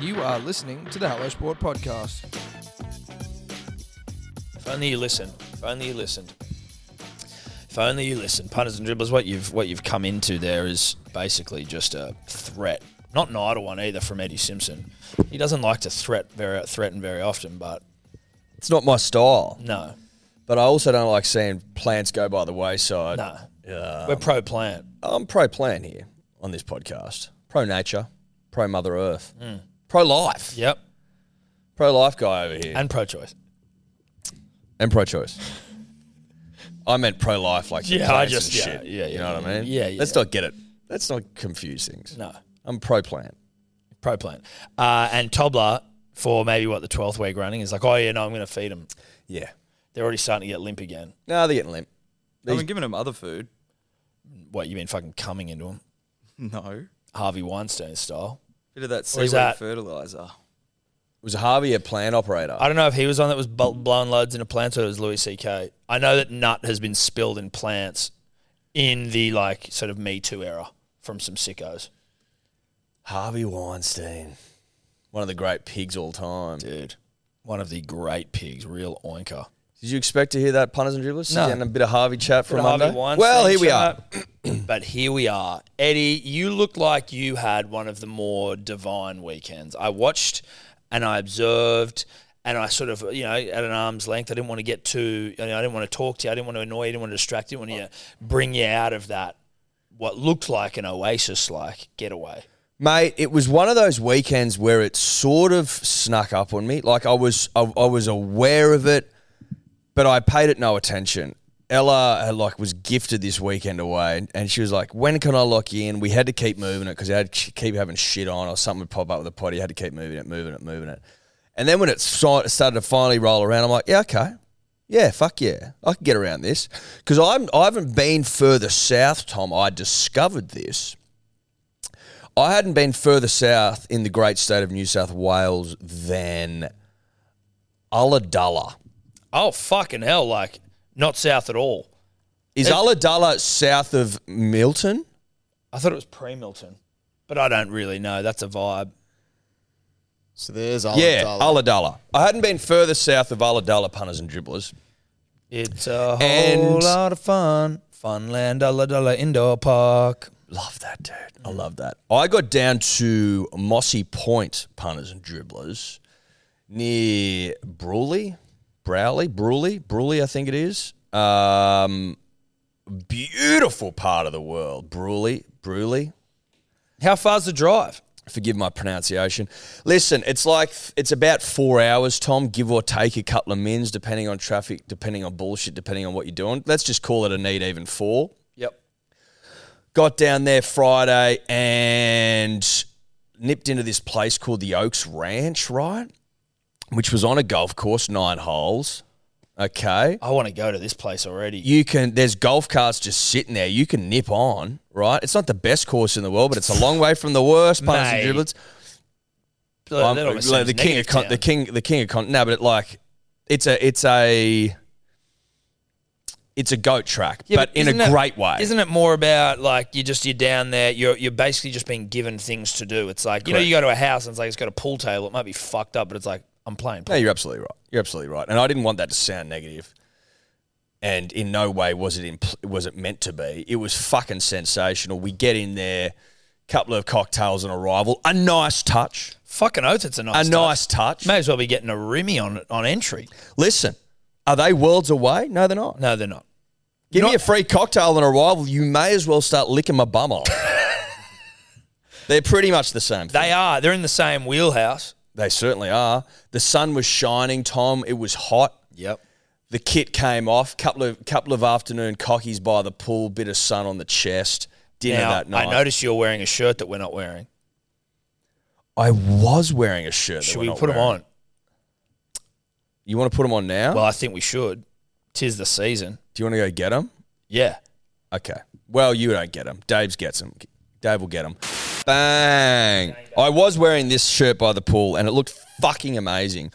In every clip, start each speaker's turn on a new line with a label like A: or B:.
A: You are listening to the Hello Sport podcast.
B: If only you listened. If only you listened. If only you listened. Punters and dribblers, what you've what you've come into there is basically just a threat. Not an idle one either from Eddie Simpson. He doesn't like to threat very threaten very often, but
C: It's not my style,
B: no,
C: but I also don't like seeing plants go by the wayside.
B: no.
C: Uh,
B: We're pro plant.
C: I'm pro plan here on this podcast. Pro nature, pro Mother Earth,
B: Hmm.
C: pro life,
B: Yep.
C: pro life guy over here, and,
B: And pro choice.
C: pro choice. I meant pro life, like
B: Yeah, I
C: yeah, plants
B: just-
C: just,
B: yeah,
C: shit.
B: yeah,
C: you
B: yeah,
C: know what I mean.
B: yeah, yeah.
C: Let's not get it. Let's not confuse things.
B: No.
C: I'm pro plant.
B: Pro plant. Uh, and Tobler for maybe what the twelfth week running is like, oh yeah, no, I'm gonna feed them.
C: Yeah.
B: They're already starting to get limp again.
C: No, they're getting limp.
A: I've been giving them other food.
B: What you mean fucking coming into them?
A: No.
B: Harvey Weinstein style.
A: Bit of that
B: Or
A: seaweed
B: is that-
A: fertilizer.
C: Was Harvey a plant operator?
B: I don't know if he was on that was bul- blowing loads into plants or it was Louis C.K. I know that nut has been spilled in plants in the like sort of Me Too era from some sickos.
C: Harvey Weinstein, one of the great pigs all time.
B: Dude, one of the great pigs, real oinker.
C: Did you expect to hear that punters and dribblers? Sit
B: No.
C: down a bit of Harvey chat from
B: Harvey
C: Monday.
B: Weinstein
C: well, here we are.
B: chat. But here we are. Eddie, you look like you had one of the more divine weekends. I watched and I observed and I sort of, you know, at an arm's length, I didn't want to get too, you know, I didn't want to talk to you. I didn't want to annoy you. I didn't want to distract you. I didn't want to bring you out of that, what looked like an oasis like getaway.
C: Mate, it was one of those weekends where it sort of snuck up on me. Like I was, I, I was aware of it, but I paid it no attention. Ella uh, like was gifted this weekend away, and she was like, "When can I lock you in?" We had to keep moving it because I had to keep having shit on, or something would pop up with the potty. You had to keep moving it, moving it, moving it. And then when it so- started to finally roll around, I'm like, "Yeah, okay, yeah, fuck yeah, I can get around this." Because I'm I haven't been further south, Tom. I discovered this. I hadn't been further south in the great state of New South Wales than Ulladulla.
B: Oh, fucking hell. Like, not south at all.
C: Is Ulladulla south of Milton?
B: I thought it was pre Milton, but I don't really know. That's a vibe.
D: So there's Alan
C: Yeah,
D: Dull.
C: Ulladulla. I hadn't been further south of Ulladulla punters and dribblers.
B: It's a whole
C: And-
B: lot of fun. Funland, Ulla Dulla Indoor Park.
C: Love that, dude. I love that. I got down to Mossy Point punters and dribblers near Brawley, Browley, Brawley, Brawley, I think it is. Um, beautiful part of the world, Brawley, Brawley.
B: How far's the drive?
C: forgive my pronunciation. Listen, it's like it's about four hours, Tom, give or take a couple of mins, depending on traffic, depending on bullshit, depending on what you're doing. Let's just call it a need even four.
B: Yep.
C: Got down there Friday and nipped into this place called the Oaks Ranch, right? Which was on a golf course, nine holes. Okay
B: I want to go to this place already.
C: you can there's golf carts just sitting there you can nip on right it's not the best course in the world but it's a long way from the worst punters and
B: Mate.
C: dribblers
B: Like,
C: Um,
B: that almost
C: like the
B: seems
C: king of
B: negative
C: con-
B: town.
C: the king the king of con no but it like it's a it's a it's a goat track
B: Yeah,
C: but, in
B: isn't
C: a
B: it-
C: great way
B: Isn't it more about like you just you're down there, you're you're basically just being given things to do. It's like you know
C: Correct.
B: you go to a house and it's like it's got a pool table. It might be fucked up, but it's like I'm playing.
C: no you're absolutely right you're absolutely right and i didn't want that to sound negative and in no way was it impl- was it meant to be it was fucking sensational we get in there couple of cocktails on arrival a nice touch
B: Fucking oath, it's a
C: a
B: nice.
C: nice touch
B: May as well be getting a rimmy on on entry.
C: Listen, are they worlds away? No, they're not.
B: No, they're not.
C: Give
B: Not-
C: me a free cocktail on arrival. You may as well start licking my bum off. they're pretty much the same. Thing.
B: They are. They're in the same wheelhouse.
C: They certainly are. The sun was shining, Tom. It was hot.
B: Yep.
C: The kit came off. Couple of couple of afternoon cockies by the pool. Bit of sun on the chest. Dinner
B: Now
C: that night.
B: I noticed you're wearing a shirt that we're not wearing.
C: I was wearing a shirt. that
B: Should
C: we're
B: we
C: not
B: put them
C: wearing.
B: on?
C: You want to put them on now?
B: Well, I think we should. Tis the season.
C: Do you want to go get them?
B: Yeah.
C: Okay. Well, you don't get them. Dave's gets them. Dave will get them. Bang! I was wearing this shirt by the pool, and it looked fucking amazing.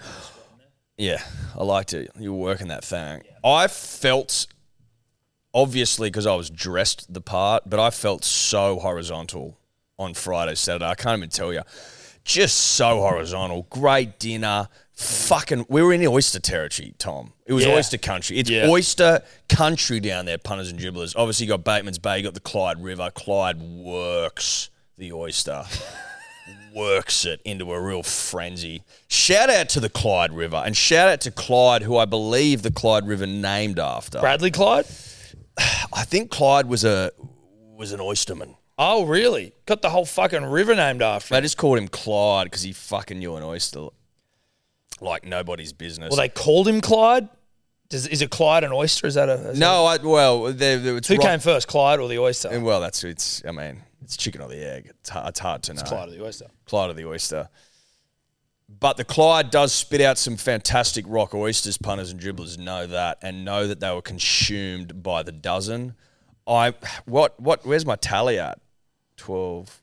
C: Yeah, I liked it. You were working that thing. I felt, obviously, because I was dressed the part, but I felt so horizontal on Friday, Saturday. I can't even tell you. just so horizontal. Great dinner. Fucking, we were in oyster territory, Tom. It was
B: Yeah.
C: oyster country. It's
B: Yeah.
C: oyster country down there, punters and dribblers. Obviously, you got Bateman's Bay, you got the Clyde River. Clyde works the oyster, works it into a real frenzy. Shout out to the Clyde River and shout out to Clyde, who I believe the Clyde River named after.
B: Bradley Clyde?
C: I think Clyde was a was an oysterman.
B: Oh, really? Got the whole fucking river named after. him.
C: They just called him Clyde because he fucking knew an oyster like nobody's business.
B: Well, they called him Clyde. Does, is it Clyde and oyster? Is that a is
C: no, I, well, they, they, it's
B: that- who
C: ro-
B: came first, Clyde or the oyster?
C: and Well, that's it's. I mean, it's chicken or the egg. It's hard, it's hard to know.
B: Clyde or the oyster?
C: Clyde or the oyster. But the Clyde does spit out some fantastic rock oysters. Punters and dribblers know that, and know that they were consumed by the dozen. I what what? Where's my tally at? 12,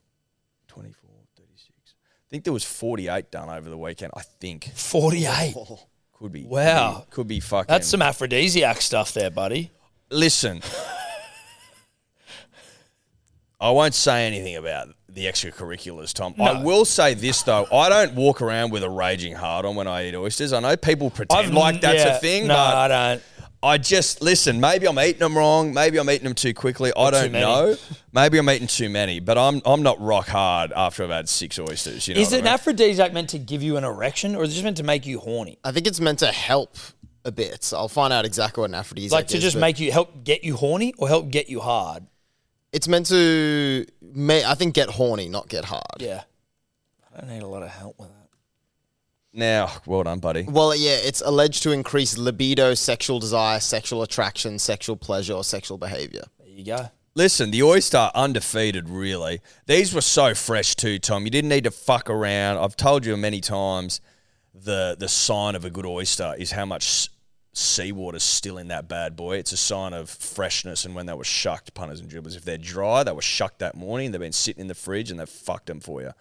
C: 24, 36. I think there was forty-eight done over the weekend. I think
B: Forty-eight.
C: could be
B: Wow.
C: could be, could be fucking.
B: That's some aphrodisiac stuff there, buddy.
C: listen. I won't say anything about the extracurriculars, Tom. I will say this though: I don't walk around with a raging heart on when I eat oysters. I know people pretend like that's
B: Yeah.
C: a thing,
B: No,
C: but
B: I don't.
C: I just listen. Maybe I'm eating them wrong. Maybe I'm eating them too quickly.
B: too
C: I don't
B: many.
C: know. Maybe I'm eating too many, but I'm I'm not rock hard after I've had six oysters. You know
B: Is
C: what I
B: an
C: mean?
B: aphrodisiac meant to give you an erection, or is it just meant to make you horny?
D: I think it's meant to help a bit. I'll find out exactly what an aphrodisiac
B: Like to
D: is,
B: just
D: but
B: make you help get you horny or help get you hard?
D: It's meant to, ma- I think, get horny, not get hard.
B: Yeah. I don't need a lot of help with that.
C: now? Well done, buddy.
D: Well, yeah, it's alleged to increase libido, sexual desire, sexual attraction, sexual pleasure, or sexual behavior.
B: There you go.
C: Listen, the oyster undefeated. Really, these were so fresh too, Tom. You didn't need to fuck around. I've told you many times. The the sign of a good oyster is how much s- seawater's still in that bad boy. It's a sign of freshness. And when they were shucked, punters and dribblers, if they're dry, they were shucked that morning. They've been sitting in the fridge and they've fucked them for you.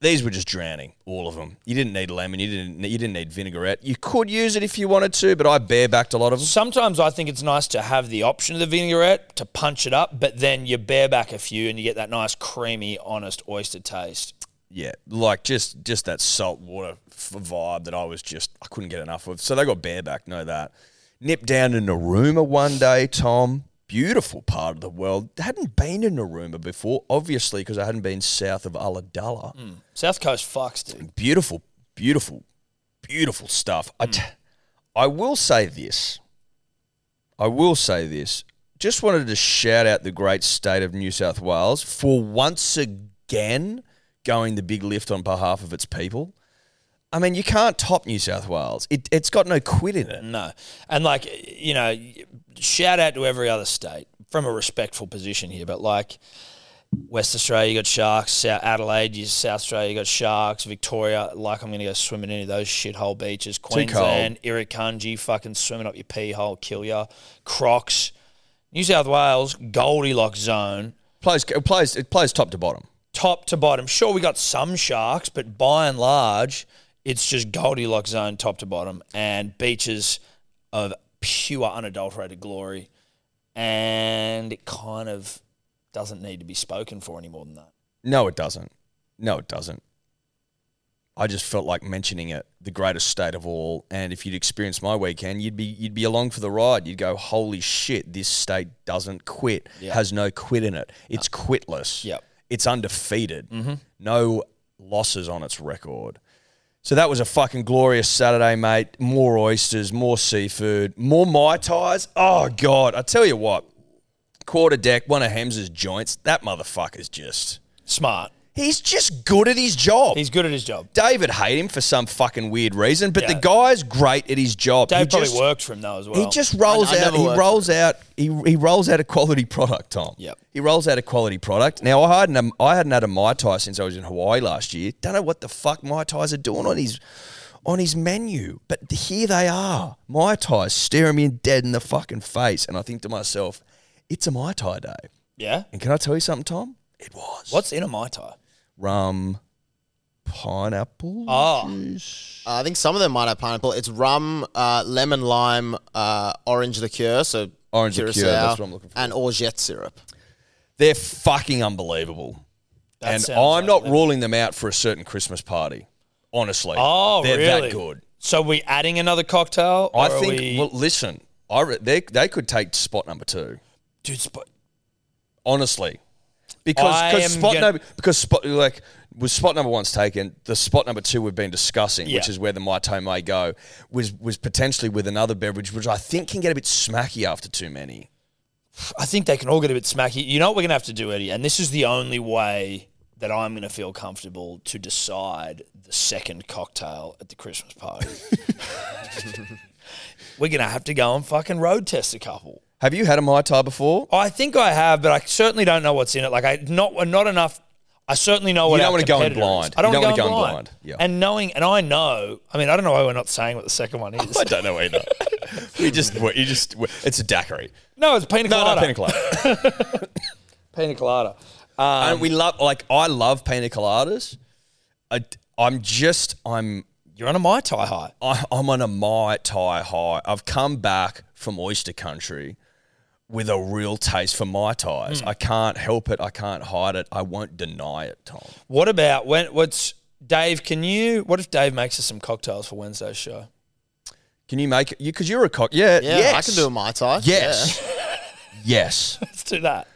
C: These were just drowning, all of them. You didn't need lemon. You didn't. You didn't need vinaigrette. You could use it if you wanted to, but I barebacked a lot of them.
B: Sometimes I think it's nice to have the option of the vinaigrette to punch it up, but then you bear back a few and you get that nice creamy, honest oyster taste.
C: yeah, like just just that salt water f- vibe that I was just I couldn't get enough of. So they got bareback, know that. Nipped down to Narooma one day, Tom. Beautiful part of the world. Hadn't been to Narooma before, obviously, because I hadn't been south of Ulladulla.
B: South Coast fucks, dude.
C: Beautiful, beautiful, beautiful stuff. I t- I will say this. I will say this. Just wanted to shout out the great state of New South Wales for once again going the big lift on behalf of its people. I mean, you can't top New South Wales. It, it's got no quid in it.
B: No. And like, you know, shout out to every other state from a respectful position here, but like West Australia, you got sharks. South Adelaide, you South Australia, you got sharks. Victoria, like I'm going to go swimming in any of those shithole beaches.
C: cold.
B: Queensland, Irukandji, fucking swimming up your pee hole, kill ya. Crocs, New South Wales, Goldilocks zone,
C: Plays, it plays, it plays top to bottom.
B: top to bottom. Sure, we got some sharks, but by and large, it's just Goldilocks zone top to bottom and beaches of pure unadulterated glory. And it kind of doesn't need to be spoken for any more than that.
C: No, it doesn't. No, it doesn't. I just felt like mentioning it, the greatest state of all. And if you'd experienced my weekend, you'd be you'd be along for the ride. You'd go, holy shit, this state doesn't quit, has no quit in it. It's quitless.
B: Yep.
C: It's undefeated. No losses on its record. So that was a fucking glorious Saturday, mate. More oysters, more seafood, more mai tais. Oh god, I tell you what, quarter deck, one of Hems's joints. That motherfucker's just.
B: Smart.
C: He's just good at his job.
B: He's good at his job.
C: David hate him for some fucking weird reason, but the
B: Yeah.
C: guy's great at his job.
B: Dave
C: he
B: probably
C: just,
B: worked for him though as well.
C: He just rolls
D: I- I
C: out.
D: never
C: He
D: worked
C: rolls out. He, he rolls out a quality product, Tom.
B: Yep.
C: He rolls out a quality product. Now I hadn't um, I hadn't had a mai tai since I was in Hawaii last year. Don't know what the fuck mai tais are doing on his on his menu, but here they are, mai tais staring me dead in the fucking face, and I think to myself, it's a mai tai day.
B: yeah.
C: And can I tell you something, Tom? It was
B: What's in a mai tai?
C: rum, pineapple.
B: Oh.
C: juice.
D: Uh, I think some of them might have pineapple. It's rum, uh, lemon lime, uh, orange liqueur, so
C: Orange liqueur,
D: curacao,
C: that's what I'm looking for.
D: and orgeat syrup.
C: They're fucking unbelievable.
B: That
C: and
B: sounds
C: I'm not
B: lovely.
C: ruling them out for a certain Christmas party. Honestly,
B: Oh,
C: they're
B: really?
C: that good.
B: So we adding another cocktail?
C: I
B: or are
C: think.
B: we-
C: Well, listen, I re- they they could take spot number two.
B: dude, sp-
C: Honestly, because
B: I am
C: cause spot
B: gonna-
C: number because spot like was spot number one's taken. The spot number two we've been discussing,
B: Yeah.
C: which is where the mai tai may go, was was potentially with another beverage, which I think can get a bit smacky after too many.
B: I think they can all get a bit smacky. You know what we're gonna have to do, Eddie, and this is the only way that I'm gonna feel comfortable to decide the second cocktail at the Christmas party. we're gonna have to go and fucking road test a couple.
C: Have you had a mai tai before?
B: I think I have, but I certainly don't know what's in it. Like I not not enough. I certainly know what.
C: You don't
B: our
C: wanna go in
B: competitor is.
C: blind.
B: I don't,
C: You
B: want
C: don't
B: to go in
C: wanna go in
B: blind.
C: blind. Yeah.
B: And knowing, and I know. I mean, I don't know why we're not saying what the second one is.
C: I don't know either. we just you just it's a daiquiri.
B: no, it's pina
C: No,
B: colada.
C: no, pina colada.
B: Pina colada.
C: and we love like I love pina coladas. I, I'm just I'm
B: You're on a mai tai high.
C: I, I'm on a mai tai high. I've come back from oyster country with a real taste for mai tais. I can't help it. I can't hide it. I won't deny it, Tom.
B: What about when? What's Dave? Can you? What if Dave makes us some cocktails for Wednesday's show?
C: Can you make it? You because you're a cock. Yeah,
D: Yeah,
C: yes.
D: I can do a mai tai.
C: Yes, yes.
B: Let's do that.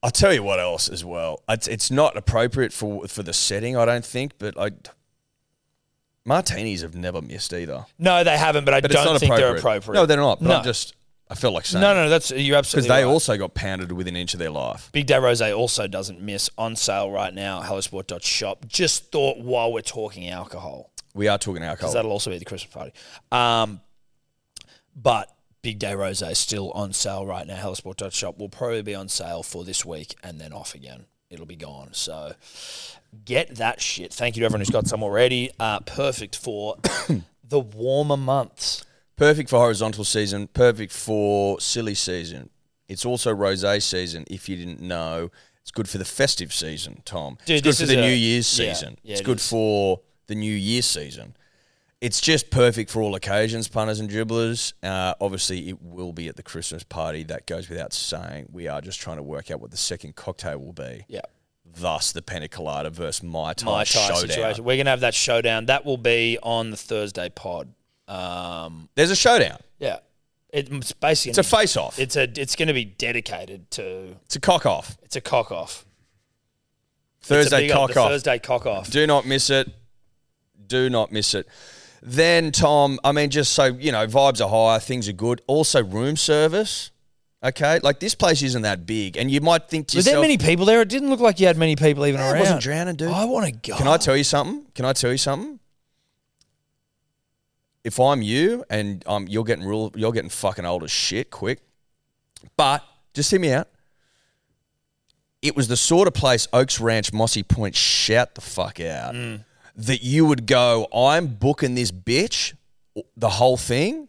C: I'll tell you what else as well. It's, it's not appropriate for for the setting, I don't think. But I martinis have never missed either.
B: No, they haven't. But I
C: But it's
B: don't
C: not
B: think
C: appropriate.
B: they're appropriate.
C: No, they're not. But
B: no.
C: I'm just I feel like saying
B: no, no, no. That's you're
C: because
B: absolutely
C: they
B: right.
C: also got pounded within an inch of their life.
B: Big Day Rosé also doesn't miss on sale right now, hellosport.shop. Just thought while we're talking alcohol,
C: We are talking
B: because
C: alcohol.
B: that'll also be at the Christmas party. Um, but Big Day Rosé is still on sale right now, hellosport.shop. Will probably be on sale for this week and then off again. It'll be gone. So get that shit. Thank you to everyone who's got some already. Uh, perfect for the warmer months.
C: perfect for horizontal season. Perfect for silly season. It's also rosé season. If you didn't know, it's good for the festive season, Tom.
B: Dude,
C: it's good
B: this
C: for
B: is
C: the
B: a-
C: New Year's
B: yeah,
C: season.
B: yeah,
C: it's
B: it
C: good
B: is.
C: for the New Year season. It's just perfect for all occasions, punters and dribblers. Uh, obviously, it will be at the Christmas party. That goes without saying. We are just trying to work out what the second cocktail will be.
B: Yeah.
C: thus the Pena Colada versus Mai Tai,
B: My tie
C: showdown.
B: situation. We're going to have that showdown. That will be on the Thursday pod. Um,
C: There's a showdown.
B: Yeah, It- it's basically
C: It's a face-off. It's,
B: It's a. It's going to be dedicated to.
C: a cock-off.
B: It's a cock off.
C: Thursday
B: it's a big old- the
C: cock-off.
B: Thursday cock off.
C: Do not miss it. Do not miss it. Then, Tom, I mean, just so, you know, vibes are high, things are good. Also, room service, okay? Like, this place isn't that big, and you might think to
B: Were
C: yourself...
B: there many people there? It didn't look like you had many people even
C: Yeah,
B: around. Oh,
C: it wasn't drowning, dude.
B: I want to go.
C: Can I tell you something? Can I tell you something? If I'm you and um, you're getting real, you're getting fucking old as shit quick. But just hear me out. It was the sort of place Oaks Ranch, Mossy Point, shout the fuck out
B: Mm.
C: that you would go. I'm booking this bitch, the whole thing.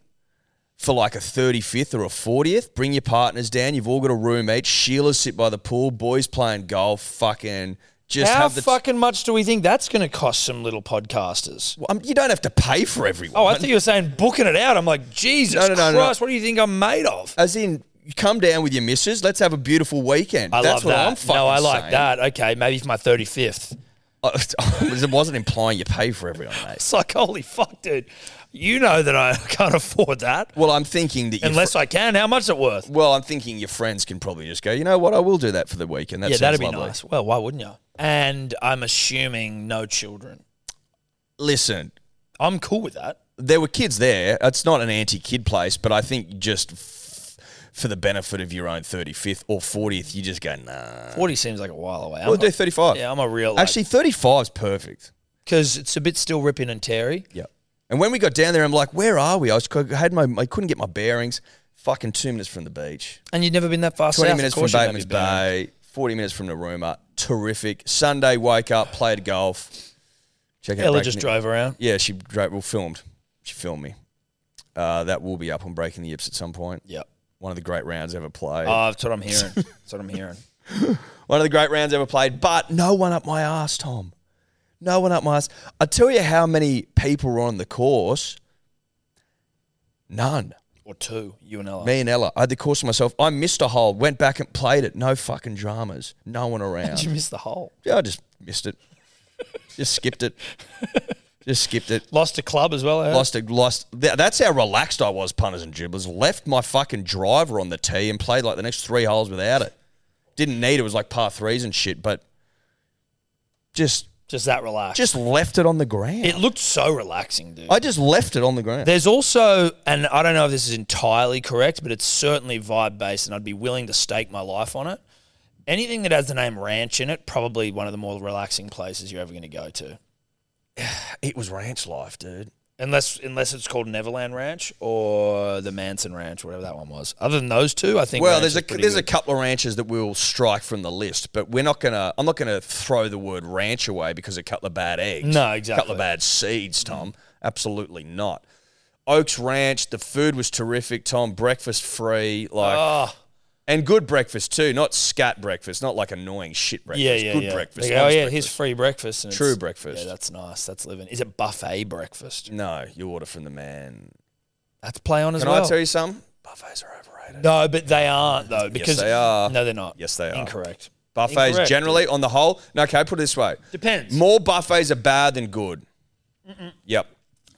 C: For like a 35th or a 40th, bring your partners down. You've all got a room each. Sheila's sit by the pool, boys playing golf, fucking just
B: How
C: have the
B: fucking much do we think that's going to cost some little podcasters?
C: well, um, you don't have to pay for everyone.
B: Oh, I thought you were saying booking it out. I'm like, Jesus
C: No, no, no, no.
B: Christ, what do you think I'm made of?
C: As in, you come down with your missus. Let's have a beautiful weekend.
B: I
C: That's
B: love
C: what
B: that.
C: I'm fucking
B: no, I like
C: saying.
B: that. Okay, maybe for my 35th.
C: I it wasn't implying you pay for everyone, mate.
B: It's like, holy fuck, dude. You know that I can't afford that.
C: Well, I'm thinking that. your
B: Unless
C: fr-
B: I can. How much is it worth?
C: well, I'm thinking your friends can probably just go. You know what? I will do that for the weekend. That
B: yeah,
C: sounds
B: that'd be
C: lovely.
B: nice. Well, why wouldn't you? And I'm assuming no children.
C: Listen,
B: I'm cool with that.
C: there were kids there. It's not an anti-kid place, but I think just f- for the benefit of your own 35th or 40th, you just go nah.
B: 40 seems like a while away.
C: We'll
B: I'm
C: do
B: a,
C: 35.
B: yeah, I'm a real.
C: Actually, 35 is perfect.
B: because it's a bit still ripping and teary.
C: Yeah. And when we got down there, I'm like, where are we? I was I had my I couldn't get my bearings. Fucking two minutes from the beach.
B: And you've never been that far
C: Twenty
B: south, of
C: minutes from
B: course you'd never
C: Bateman's
B: been.
C: Bay. Forty minutes from Naruma. Terrific. Sunday wake up, played golf. Check out.
B: Ella
C: Breaking
B: just
C: the-
B: drove around.
C: Yeah, she drove. Well, filmed. She filmed me. Uh, that will be up on Breaking the Yips at some point.
B: Yep.
C: One of the great rounds ever played.
B: Oh, that's what I'm hearing. that's what I'm hearing.
C: One of the great rounds ever played, but no one up my ass, Tom. No one up my ass. I tell you how many people were on the course. None.
B: or two, you and Ella.
C: Me and Ella. I had the course of myself. I missed a hole, went back and played it. No fucking dramas. No one
B: Did you
C: around.
B: miss the hole?
C: yeah, I just missed it. Just skipped it. Just skipped it.
B: Lost a club as well. I heard.
C: Lost it. Lost. Th- That's how relaxed I was, punters and dribblers. Left my fucking driver on the tee and played like the next three holes without it. Didn't need it. It was like par threes and shit, but just
B: Just that relaxed.
C: just left it on the ground.
B: it looked so relaxing, dude.
C: I just left it on the ground.
B: There's also, and I don't know if this is entirely correct, but it's certainly vibe based, and I'd be willing to stake my life on it. Anything that has the name ranch in it, probably one of the more relaxing places you're ever going to go to,
C: It was ranch life, dude.
B: unless unless it's called Neverland Ranch or the Manson Ranch, whatever that one was. Other than those two, I think.
C: Well,
B: ranch
C: there's a
B: is pretty
C: there's a
B: good.
C: couple of ranches that we'll strike from the list, but we're not gonna. I'm not gonna throw the word ranch away because a couple of bad eggs.
B: No,
C: A couple
B: exactly.
C: of bad seeds, Tom. Absolutely not. Oaks Ranch. The food was terrific, Tom. Breakfast free, like
B: Oh,
C: and good breakfast too. Not scat breakfast. Not like annoying shit breakfast.
B: yeah, yeah,
C: good
B: yeah.
C: breakfast.
B: They go, oh
C: honest
B: yeah,
C: breakfast.
B: here's free breakfast. And
C: True
B: it's-
C: breakfast.
B: Yeah, that's nice. That's living. Is it buffet breakfast?
C: No, you order from the man.
B: That's play on as
C: Can
B: well.
C: I tell you something? Buffets are overrated.
B: No, but they aren't though because
C: they are.
B: No, they're not.
C: Yes, they are.
B: Incorrect.
C: Buffets
B: Incorrect.
C: generally, on the whole. No, okay, put it this way.
B: Depends.
C: More buffets are bad than good. Yep.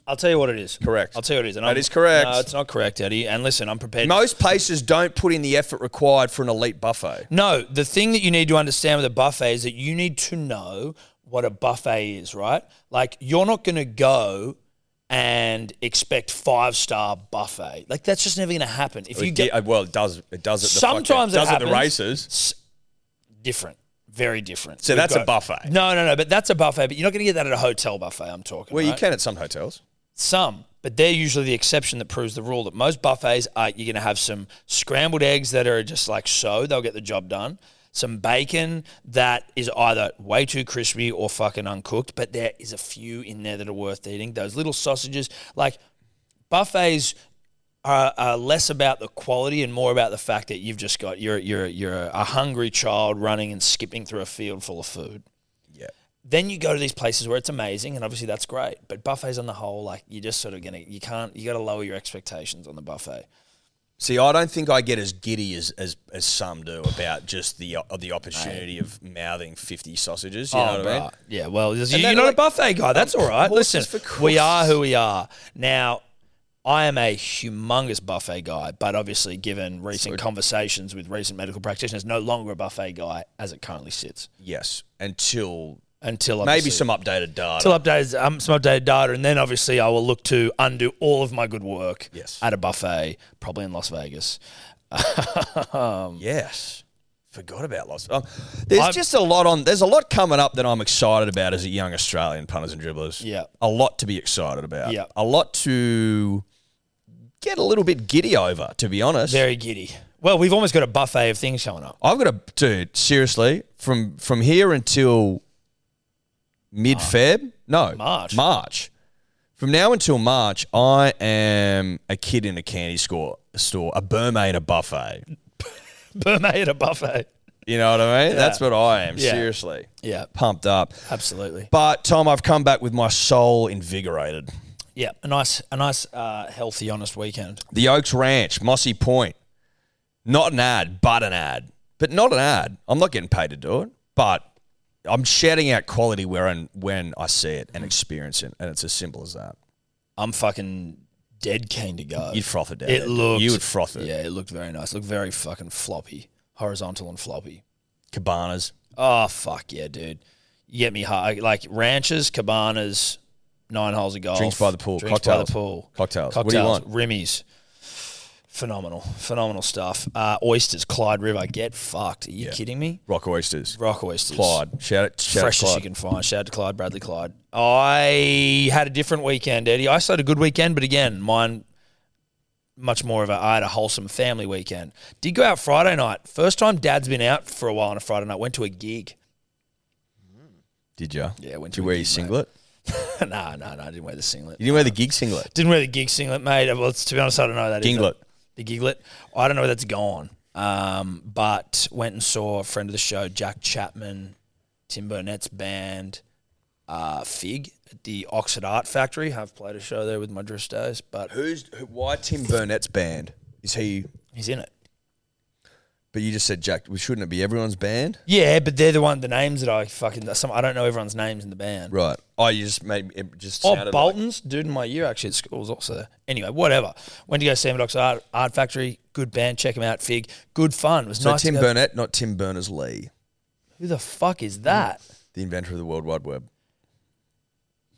B: I'll tell you what it is.
C: Correct.
B: I'll tell you what it is. And
C: That
B: I'm-
C: is correct.
B: No, it's not correct, Eddie. And listen, I'm prepared.
C: Most places don't put in the effort required for an elite buffet.
B: no, the thing that you need to understand with a buffet is that you need to know what a buffet is, right? Like you're not going to go and expect five star buffet. Like that's just never going to happen. If you
C: It
B: get
C: di- well, it does. It does it. The
B: Sometimes it
C: fucking, does it the
B: happens.
C: races.
B: different, very different.
C: So
B: We've
C: that's a
B: got-
C: buffet.
B: No, no, no. But that's a buffet. But you're not going to get that at a hotel buffet. I'm talking.
C: Well,
B: right?
C: you can at some hotels.
B: Some, but they're usually the exception that proves the rule. That most buffets are you're going to have some scrambled eggs that are just like so, they'll get the job done. Some bacon that is either way too crispy or fucking uncooked, but there is a few in there that are worth eating. Those little sausages, like buffets are, are less about the quality and more about the fact that you've just got you're you're you're a hungry child running and skipping through a field full of food
C: Yeah.
B: then you go to these places where it's amazing and obviously that's great but buffets on the whole like you're just sort of gonna you can't you gotta lower your expectations on the buffet
C: See, I don't think I get as giddy as as, as some do about just the uh, the opportunity of mouthing fifty sausages. You know what I mean?
B: right. yeah well Oh, you-
C: then,
B: you're not
C: like,
B: a buffet guy that's all right
C: courses
B: listen
C: for
B: we
C: courses.
B: are who we are now I am a humongous buffet guy, but obviously, given recent conversations with recent medical practitioners, no longer a buffet guy as it currently sits.
C: Yes. Until
B: Until
C: maybe
B: obviously-
C: some updated data.
B: Till updated, um, some updated data, and then obviously I will look to undo all of my good work
C: Yes.
B: at a buffet, probably in Las Vegas.
C: Yes. Forgot about Las um, There's
B: I've-
C: just a lot on. There's a lot coming up that I'm excited about as a young Australian punters and dribblers.
B: Yeah.
C: A lot to be excited about.
B: Yeah.
C: A lot to get a little bit giddy over, to be honest.
B: Very giddy. Well, we've almost got a buffet of things coming up.
C: I've got a dude, seriously, from from here until mid Feb? No.
B: March.
C: March. From now until March, I am a kid in a candy store store, a Burma in a buffet.
B: Burma at a buffet.
C: You know what I mean? That's what I am,
B: Yeah.
C: seriously.
B: Yeah,
C: Pumped up.
B: absolutely.
C: But Tom, I've come back with my soul invigorated.
B: Yeah, a nice, a nice, uh, healthy, honest weekend.
C: The Oaks Ranch, Mossy Point. Not an ad, but an ad. But not an ad. I'm not getting paid to do it, but I'm shouting out quality where and when I see it and experience it, and it's as simple as that.
B: I'm fucking dead keen to go.
C: You'd froth it down.
B: it looked.
C: You would froth it.
B: Yeah, it looked very nice. looked very fucking floppy, horizontal and floppy.
C: Cabanas.
B: Oh fuck yeah, dude! You get me high. Like ranches, cabanas, nine holes of golf,
C: Drinks by the pool,
B: drinks by
C: cocktails.
B: the pool,
C: Cocktails.
B: cocktails,
C: What do you want?
B: Rimmies. Phenomenal, phenomenal stuff. Uh, oysters, Clyde River. Get fucked. Are you kidding me?
C: Rock oysters.
B: Rock oysters,
C: Clyde. Shout it. Shout
B: Fresh
C: out
B: as
C: Clyde.
B: you can find. Shout out to Clyde Bradley Clyde. I had a different weekend, Eddie. I still had a good weekend, but again, mine much more of a I had a wholesome family weekend. Did go out Friday night. First time dad's been out for a while on a Friday night. Went to a gig.
C: Did you?
B: Yeah, went
C: Did
B: to
C: you
B: a
C: wear your
B: gig, mate.
C: singlet?
B: no, no, no. I didn't wear the singlet.
C: You didn't wear the gig singlet.
B: Didn't wear the gig singlet, mate. Well, it's- to be honest, I don't know that. either.
C: Ginglet.
B: The giglet. I don't know where that's gone. Um, but went and saw a friend of the show, Jack Chapman, Tim Burnett's band, uh, Fig at the Oxford Art Factory. I've played a show there with my Dristos, but
C: Who's who, why Tim Burnett's band? Is he?
B: he's in it.
C: But you just said Jack. Well, shouldn't it be everyone's band?
B: Yeah, but they're the one the names that I fucking some I don't know everyone's names in the band.
C: Right. Oh, you just made it just.
B: Oh,
C: sounded like-
B: Bolton's dude in my year actually at school was also there. Anyway, whatever. Went to go to Sam Doc's Art, Art Factory. Good band. Check him out. Fig. Good fun. It was
C: so
B: nice. to
C: Tim
B: go-
C: Burnett, not Tim Berners Lee,
B: Who the fuck is that?
C: the inventor of the World Wide Web.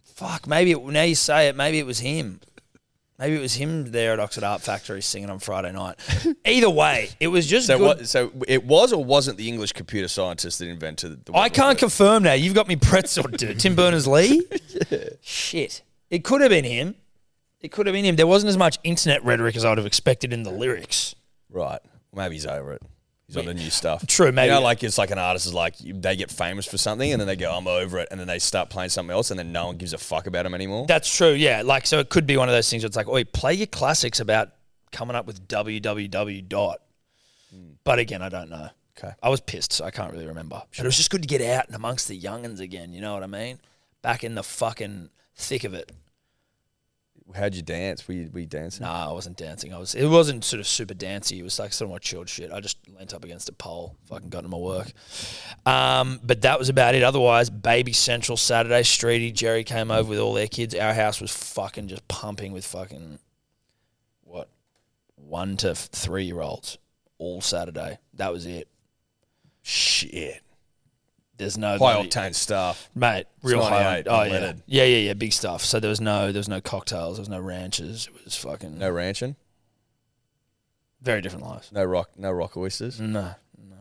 B: Fuck. Maybe it, now you say it. Maybe it was him. Maybe it was him there at Oxford Art Factory singing on Friday night. Either way, it was just
C: So
B: good.
C: what? So it was or wasn't the English computer scientist that invented the? World
B: I can't confirm now. You've got me pretzel, dude. Tim Berners Lee. Shit. It could have been him. It could have been him. There wasn't as much internet rhetoric as I would have expected in the lyrics.
C: Right. Maybe he's over it. He's on the new stuff.
B: True, maybe.
C: You know, like it's like an artist is like you- they get famous for something and then they go, I'm over it, and then they start playing something else, and then no one gives a fuck about them anymore.
B: That's true. Yeah. Like, so it could be one of those things where it's like, oi, play your classics about coming up with www dot. But again, I don't know.
C: Okay.
B: I was pissed, so I can't really remember. But it was just good to get out and amongst the youngins again. You know what I mean? Back in the fucking thick of it.
C: How'd you dance? Were you, were you dancing?
B: Nah, I wasn't dancing. I was. It wasn't sort of super dancey. It was like sort of more chilled shit. I just leant up against a pole, fucking got into my work. Um, but that was about it. Otherwise, Baby Central Saturday, Streety, Jerry came over with all their kids. Our house was fucking just pumping with fucking what one to three year olds all Saturday. That was it.
C: Shit.
B: There's no
C: High octane stuff.
B: mate, real
C: 98,
B: high.
C: not
B: Oh yeah,
C: Leonard.
B: yeah, yeah, yeah, big stuff. So there was no there was no cocktails. There was no ranches. It was fucking
C: No ranching.
B: very different lives.
C: No rock. No rock oysters.
B: No. Mm.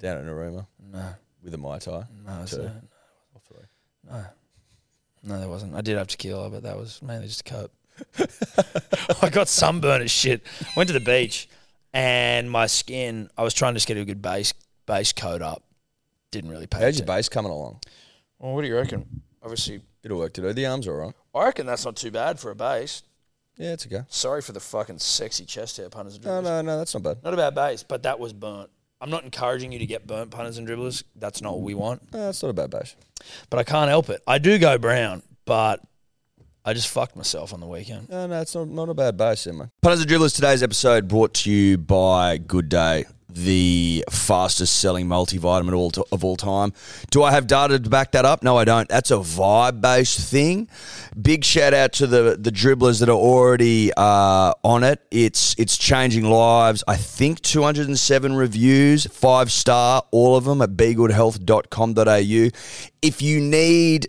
C: Down at Naruma
B: No,
C: with a mai tai.
B: no, it's
C: Two.
B: not.
C: Or three.
B: No. No, there wasn't. I did have tequila, but that was mainly just to cope. I got sunburn as shit. Went to the beach and my skin, I was trying to just get a good base base coat up. Didn't really pay
C: How's your
B: attention.
C: bass coming along?
B: Well, what do you reckon? Obviously,
C: Bit of work to do. The arms are all right.
B: I reckon that's not too bad for a base.
C: Yeah, it's okay.
B: Sorry for the fucking sexy chest hair punters and
C: No,
B: dribblers.
C: no, no. That's not bad.
B: Not about base, but that was burnt. I'm not encouraging you to get burnt punters and dribblers. That's not what we want.
C: No, that's Uh, not a bad bash.
B: But I can't help it. I do go brown, but I just fucked myself on the weekend.
C: No, Uh, no, it's not, not a bad base, Emma. Punters and Dribblers, today's episode brought to you by Good Day, the fastest selling multivitamin all to, of all time. Do I have data to back that up? No, I don't. That's a vibe based thing. Big shout out to the, the dribblers that are already uh, on it. It's, it's changing lives. I think 207 reviews, five star, all of them at begoodhealth.com.au. If you need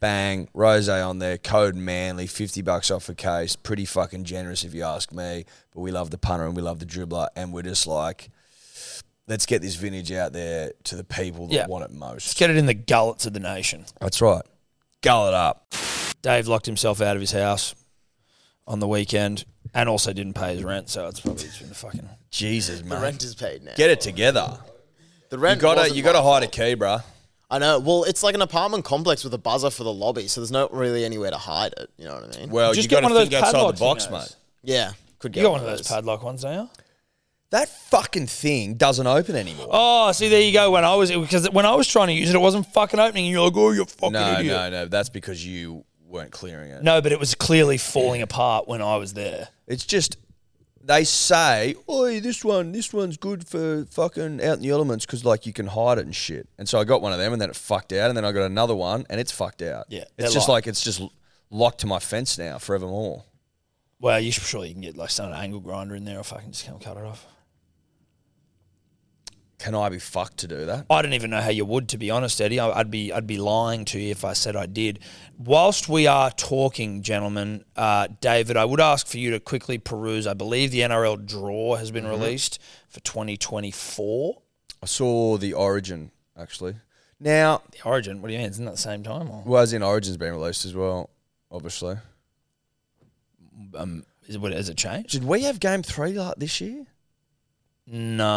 C: bang, rose on there, code manly, fifty bucks off a case. Pretty fucking generous if you ask me. But we love the punter and we love the dribbler and we're just like Let's get this vintage out there to the people that
B: Yeah.
C: want it most.
B: Let's get it in the gullets of the nation.
C: That's right. Gull it up.
B: Dave locked himself out of his house on the weekend, and also didn't pay his rent, so it's probably just been a fucking.
C: Jesus,
D: The
C: man.
D: rent is paid now.
C: Get it together.
D: the
C: You
D: rent.
C: gotta
D: wasn't
C: you gotta
D: like-
C: hide a key, bruh.
D: I know. Well, it's like an apartment complex with a buzzer for the lobby, so there's not really anywhere to hide it. You know what I mean?
C: Well,
B: Just
C: you
B: get
C: gotta
B: one of those
C: think outside
B: padlocks,
C: the
B: who
C: box,
B: knows?
C: mate.
D: yeah, could get
B: You got one of those padlock ones, don't you?
C: That fucking thing doesn't open anymore.
B: Oh, see, there you go. When I was because when I was trying to use it, it wasn't fucking opening. And you're like, oh, you're a fucking
C: no,
B: idiot.
C: no, no. That's because you weren't clearing it.
B: No, but it was clearly falling apart when I was there.
C: It's just they say, "Oi, this one, this one's good for fucking out in the elements because like you can hide it and shit." And so I got one of them, and then it fucked out, and then I got another one, and it's fucked out.
B: Yeah, they're
C: it's just
B: locked.
C: like it's just locked to my fence now forevermore.
B: Well, you should, surely you can get like some angle grinder in there, or fucking just come cut it off.
C: Can I be fucked to do that?
B: I don't even know how you would, to be honest, Eddie. I- I'd be I'd be lying to you if I said I did. Whilst we are talking, gentlemen, uh, David, I would ask for you to quickly peruse. I believe the NRL draw has
C: Mm-hmm.
B: been released for 2024.
C: I saw the Origin actually. Now,
B: The Origin. What do you mean? Isn't that the same time? Or?
C: well, as in Origin's been released as well, obviously.
B: Um, is it, what, has it changed?
C: Did we have Game Three like this year?
B: No.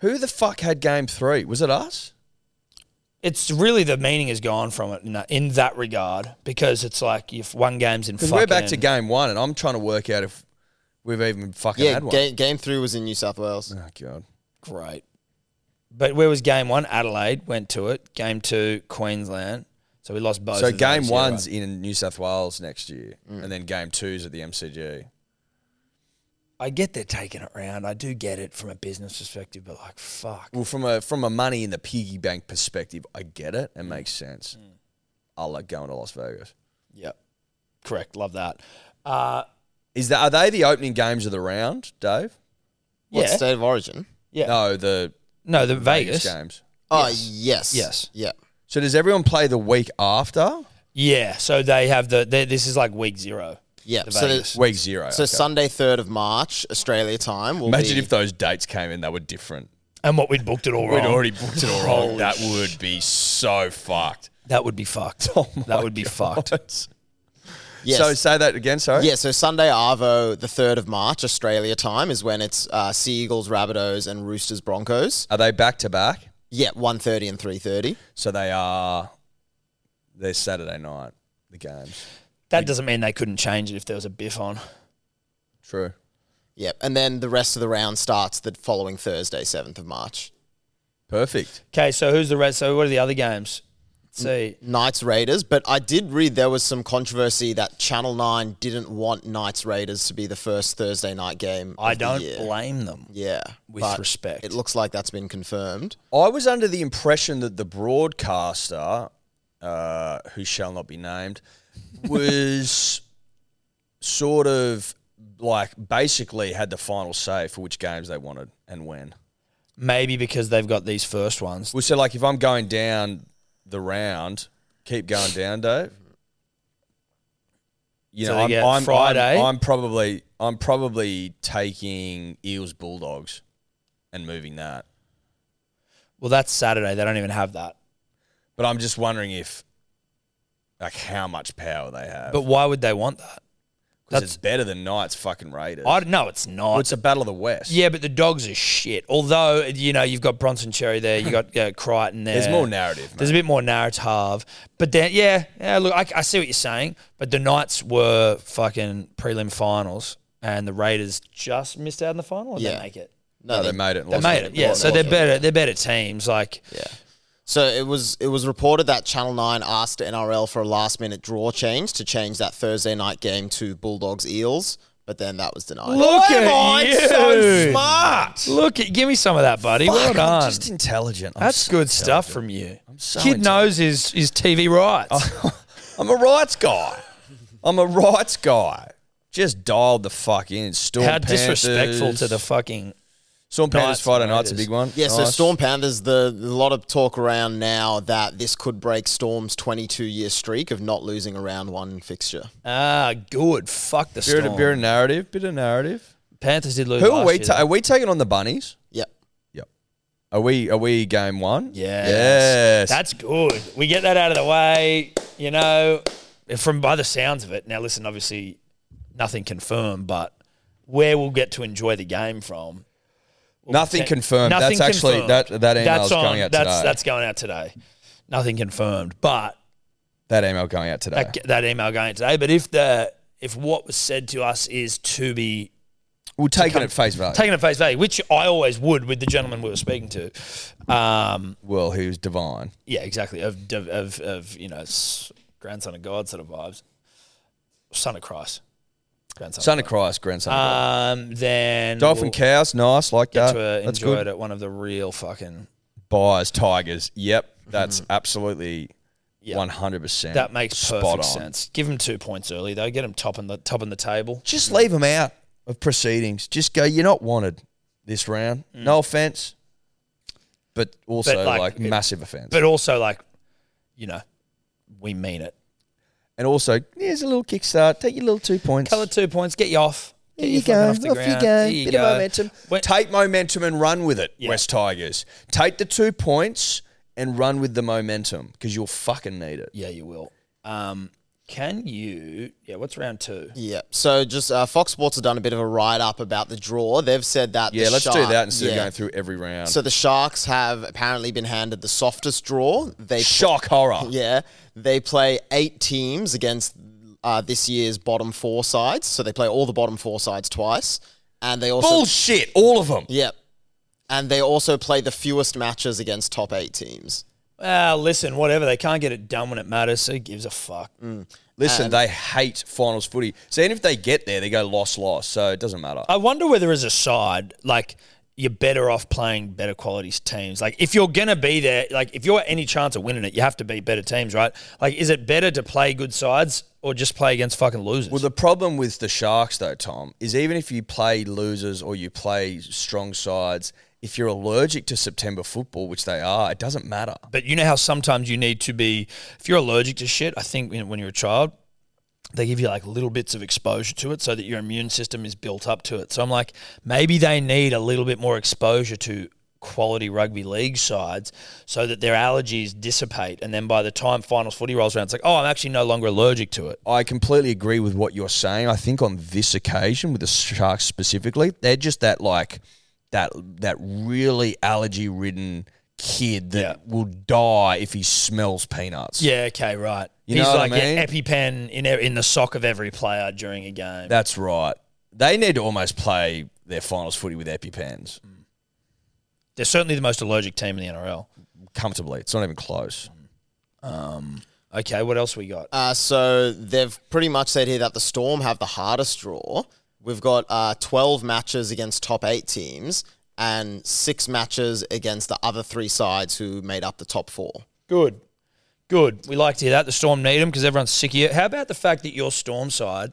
C: Who the fuck had Game Three? Was it us?
B: It's really the meaning has gone from it in that, in that regard because it's like if one game's in
C: Because
B: fucking
C: we're back to game one, and I'm trying to work out if we've even fucking
D: Yeah,
C: had one.
D: game, game three was in New South Wales.
C: oh god,
B: great. But where was game one? Adelaide went to it. Game two, Queensland. So we lost both.
C: so
B: of
C: game
B: those, yeah,
C: one's
B: right.
C: in New South Wales next year, and then game two's at the MCG.
B: I get they're taking it round. I do get it from a business perspective, but like, fuck.
C: Well, from a from a money in the piggy bank perspective, I get it. It makes sense. I'll like going to Las Vegas.
B: Yep. Correct. Love that. Uh,
C: Is that are they the opening games of the round, Dave?
D: What
B: yeah.
D: state of origin?
B: yeah. No,
C: No, the
B: the Vegas.
C: games.
D: Oh yes,
B: Yes.
D: yeah.
C: So does everyone play the week after
B: Yeah. So they have the. they- This is like week zero.
D: Yeah,
B: The
D: so the-
B: Vegas.
C: week zero?
D: So
C: okay.
D: Sunday, third of March, Australia time. Will
C: Imagine
D: be,
C: if those dates came in, they were different.
B: And what we'd booked it all
C: We'd
B: wrong.
C: already booked it all wrong. That would be so fucked.
B: that would be fucked. that would be fucked.
D: Oh yes.
C: So say that again, sorry.
D: Yeah, so Sunday Arvo, the 3rd of March, Australia time, is when it's uh, Sea Eagles, Rabbitohs, and Roosters, Broncos.
C: Are they back to back?
D: Yeah, 1.30 and 3.30.
C: So they are. They're Saturday night. The games.
B: That doesn't mean they couldn't change it if there was a biff on.
C: True.
D: Yep, and then the rest of the round starts the following Thursday, 7th of March.
C: Perfect.
B: Okay, so who's the rest? So what are the other games? Let's see,
D: Knights, Raiders, but I did read there was some controversy that Channel 9 didn't want Knights, Raiders to be the first Thursday night game
B: I
D: of the
B: don't
D: year.
B: blame them.
D: Yeah.
B: With
D: but
B: respect.
D: It looks like that's been confirmed.
C: I was under the impression that the broadcaster, uh, who shall not be named, was sort of like basically had the final say for which games they wanted and when.
B: Maybe because they've got these first ones.
C: Well, so like if I'm going down the round, keep going down, Dave. You
B: So
C: know,
B: they
C: I'm,
B: get
C: I'm- I'm-
B: Friday.
C: I'm, probably I'm probably taking Eels Bulldogs and moving that.
B: Well, that's Saturday. They don't even have that.
C: But I'm just wondering if like how much power they have.
B: But why would they want that?
C: Because it's better than Knights fucking Raiders.
B: I no, it's
C: Well,
B: not.
C: it's a battle of the West.
B: yeah, but the dogs are shit. Although you know you've got Bronson Cherry there, you got uh, Crichton there.
C: There's more narrative.
B: There's
C: Mate.
B: a bit more narrative, but then yeah, yeah. Look, I, I see what you're saying, but the Knights were fucking prelim finals, and the Raiders just missed out in the final. Or did
D: Yeah.
B: they make it.
D: No,
C: No,
D: they-
C: they made it. and
B: They
C: lost
B: made it. Yeah, so they're better. They're better teams. Like
D: Yeah. So it was it was reported that Channel Nine asked NRL for a last minute draw change to change that Thursday night game to Bulldogs Eels, but then that was denied.
B: Look
D: Why
B: at
D: am I
B: you.
D: so smart?
B: Look, at, give me some of that, buddy. well
C: Fuck,
B: done.
C: I'm just intelligent. I'm
B: That's
C: so
B: good stuff
C: intelligent.
B: from you.
C: so Oh,
B: Kid
C: intelligent.
B: knows his, his TV rights.
C: I'm a rights guy. I'm a rights guy. Just dialed the fuck in. Storm
B: How
C: Panthers.
B: disrespectful to the fucking.
C: Storm Panthers
B: Knights
C: Friday
B: and
C: night's a
B: Raiders.
C: big one.
D: Yeah, so
C: Nice.
D: Storm Panthers, the a lot of talk around now that this could break Storm's 22 year streak of not losing around one fixture.
B: Ah, good. Fuck the
C: Bit
B: storm.
C: of, bit of narrative. Bit of narrative.
B: Panthers did lose.
C: Who
B: last
C: are we?
B: year,
C: Ta-
B: though.
C: are we taking on the bunnies?
D: Yep.
C: Are we? Are we game one?
B: Yes.
C: Yes.
B: That's good. We get that out of the way, you know, from by the sounds of it. Now, listen, obviously, nothing confirmed, but where we'll get to enjoy the game from. will
C: Nothing
B: poten-
C: confirmed.
B: Nothing
C: That's actually-
B: confirmed.
C: that- that
B: That's
C: email's going out
B: that's,
C: today.
B: That's going out today. Nothing confirmed, but
C: that email going out today.
B: that, that email going out today. But if the if what was said to us is to be
C: We'll take it
B: come-
C: at face value.
B: taken at face value, which I always would with the gentleman we were speaking to, um,
C: well, who's divine?
B: yeah, exactly. Of of of, of you know, s- grandson of God sort of vibes, son of Christ, grandson,
C: Son of Christ, grandson. of God.
B: Um, then
C: Dolphin
B: we'll
C: cows, nice like
B: get
C: that.
B: to uh,
C: That's
B: enjoy
C: good.
B: it at one of the real fucking.
C: Buyers, tigers. Yep, that's absolutely one hundred percent.
B: Mm-hmm. That makes
C: spot
B: perfect
C: on.
B: sense. Give him two points early though. Get him topping the topping the table.
C: Just leave them out of proceedings. Just go. You're not wanted this round. No offense, but also
B: Mm. But, like,
C: like,
B: it-
C: massive offense.
B: But also like, you know, we mean it.
C: and also, here's a little kickstart. Take your little two points.
B: Color two points. Get you off. Get
C: There you
B: fucking
C: go.
B: Off, the
C: Off you
B: ground.
C: go.
B: There
C: Bit of
B: go.
C: momentum.
B: When-
C: Take momentum and run with it,
B: Yeah.
C: West Tigers. Take the two points and run with the momentum because you'll fucking need it.
B: yeah, you will. Um, can you? Yeah, what's round two?
D: Yeah. So just uh, Fox Sports have done a bit of a write up about the draw. They've said that.
C: Yeah,
D: the
C: let's do
D: Shark-
C: that instead of
D: yeah.
C: going through every round.
D: So the Sharks have apparently been handed the softest draw. They
C: Shock horror.
D: Yeah, they play eight teams against uh, this year's bottom four sides. So they play all the bottom four sides twice, and they also
C: Bullshit, all of them.
D: Yep. And they also play the fewest matches against top eight teams.
B: Well, Uh, listen, whatever. They can't get it done when it matters. So who gives a fuck?
C: Listen, they hate finals footy. So even if they get there, they go loss, loss. So it doesn't matter.
B: I wonder whether, as a side, like you're better off playing better quality teams. Like if you're gonna be there, like if you're any chance of winning it, you have to beat better teams, right? Like, is it better to play good sides or just play against fucking losers?
C: Well, the problem with the Sharks, though, Tom, is even if you play losers or you play strong sides, if you're allergic to September football, which they are, it doesn't matter.
B: But you know how sometimes you need to be, if you're allergic to shit, I think when when you're a child, they give you like little bits of exposure to it so that your immune system is built up to it. So I'm like, maybe they need a little bit more exposure to quality rugby league sides so that their allergies dissipate. And then by the time finals footy rolls around, it's like, oh, I'm actually no longer allergic to it.
C: I completely agree with what you're saying. I think on this occasion with the Sharks specifically, they're just that like that that really allergy ridden kid that
B: Yeah.
C: will die if he smells peanuts.
B: Yeah, okay, right.
C: You
B: He's
C: know what I
B: like
C: mean?
B: an EpiPen in, e- in the sock of every player during a game.
C: That's right. They need to almost play their finals footy with EpiPens
B: They're certainly the most allergic team in the NRL.
C: comfortably. It's not even close.
B: Okay, what else we got?
D: Uh, so they've pretty much said here that the Storm have the hardest draw. We've got uh, 12 matches against top eight teams and six matches against the other three sides who made up the top four.
B: Good. Good. We like to hear that. The Storm need them because everyone's sick of you. How about the fact that your Storm side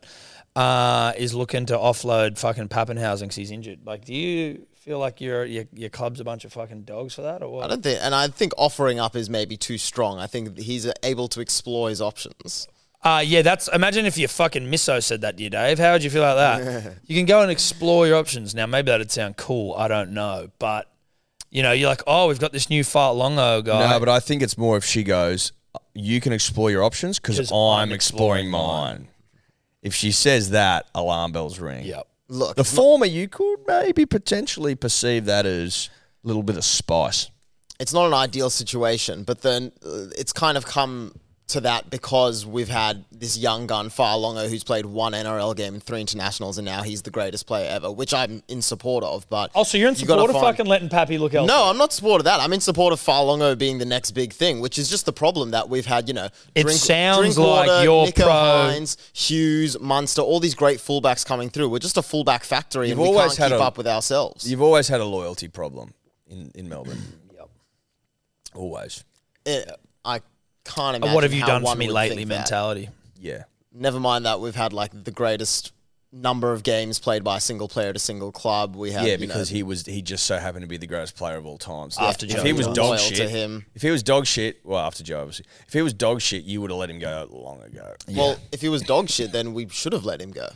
B: uh, is looking to offload fucking Pappenhausen because he's injured? Like, do you feel like your, your your club's a bunch of fucking dogs for that or
D: I
B: what?
D: don't think, and I think offering up is maybe too strong. I think he's able to explore his options.
B: Uh, yeah, that's. Imagine if your fucking misso said that to you, Dave. How would you feel like that? you can go and explore your options. Now, maybe that'd sound cool. I don't know. But, you know, you're like, oh, we've got this new Fart Longo guy.
C: No, but I think it's more if she goes, you can explore your options
B: 'Cause
C: because I'm,
B: I'm
C: exploring,
B: exploring
C: mine. If she says that, alarm bells ring.
B: Yep.
D: Look,
C: The former, you could maybe potentially perceive that as a little bit of spice.
D: it's not an ideal situation, but then uh, it's kind of come to that because we've had this young gun Far Longo who's played one NRL game and three internationals, and now he's the greatest player ever, which I'm in support of. But
B: Oh, so you're in
D: you gotta
B: support of
D: find-
B: fucking letting Pappy look elsewhere?
D: No, I'm not support of that. I'm in support of Far Longo being the next big thing, which is just the problem that we've had. You know,
B: It sounds like you're
D: Nico
B: pro-
D: Hines, Hughes, Munster, all these great fullbacks coming through. We're just a fullback factory, and
C: You've
D: we
C: always had
D: can't keep
C: a-
D: up with ourselves.
C: You've always had a loyalty problem in, in Melbourne.
B: Yep.
C: Always.
D: It- Eh, I can't imagine.
B: And what have you
D: how
B: done for
D: one
B: me
D: would
B: lately
D: think that.
B: mentality?
C: Yeah.
D: never mind that we've had like the greatest number of games played by a single player at a single club. We
B: Uh,
D: had
C: Yeah,
D: you know,
C: because he was he just so happened to be the greatest player of all time. So
B: After
C: if
B: Joe
C: he was
B: Johns.
C: dog
D: Loyal to
C: shit,
D: him.
C: if he was dog shit, well, after Joe, obviously, if he was dog shit, you would have let him go long ago.
D: well, if he was dog shit, then we should have let him go.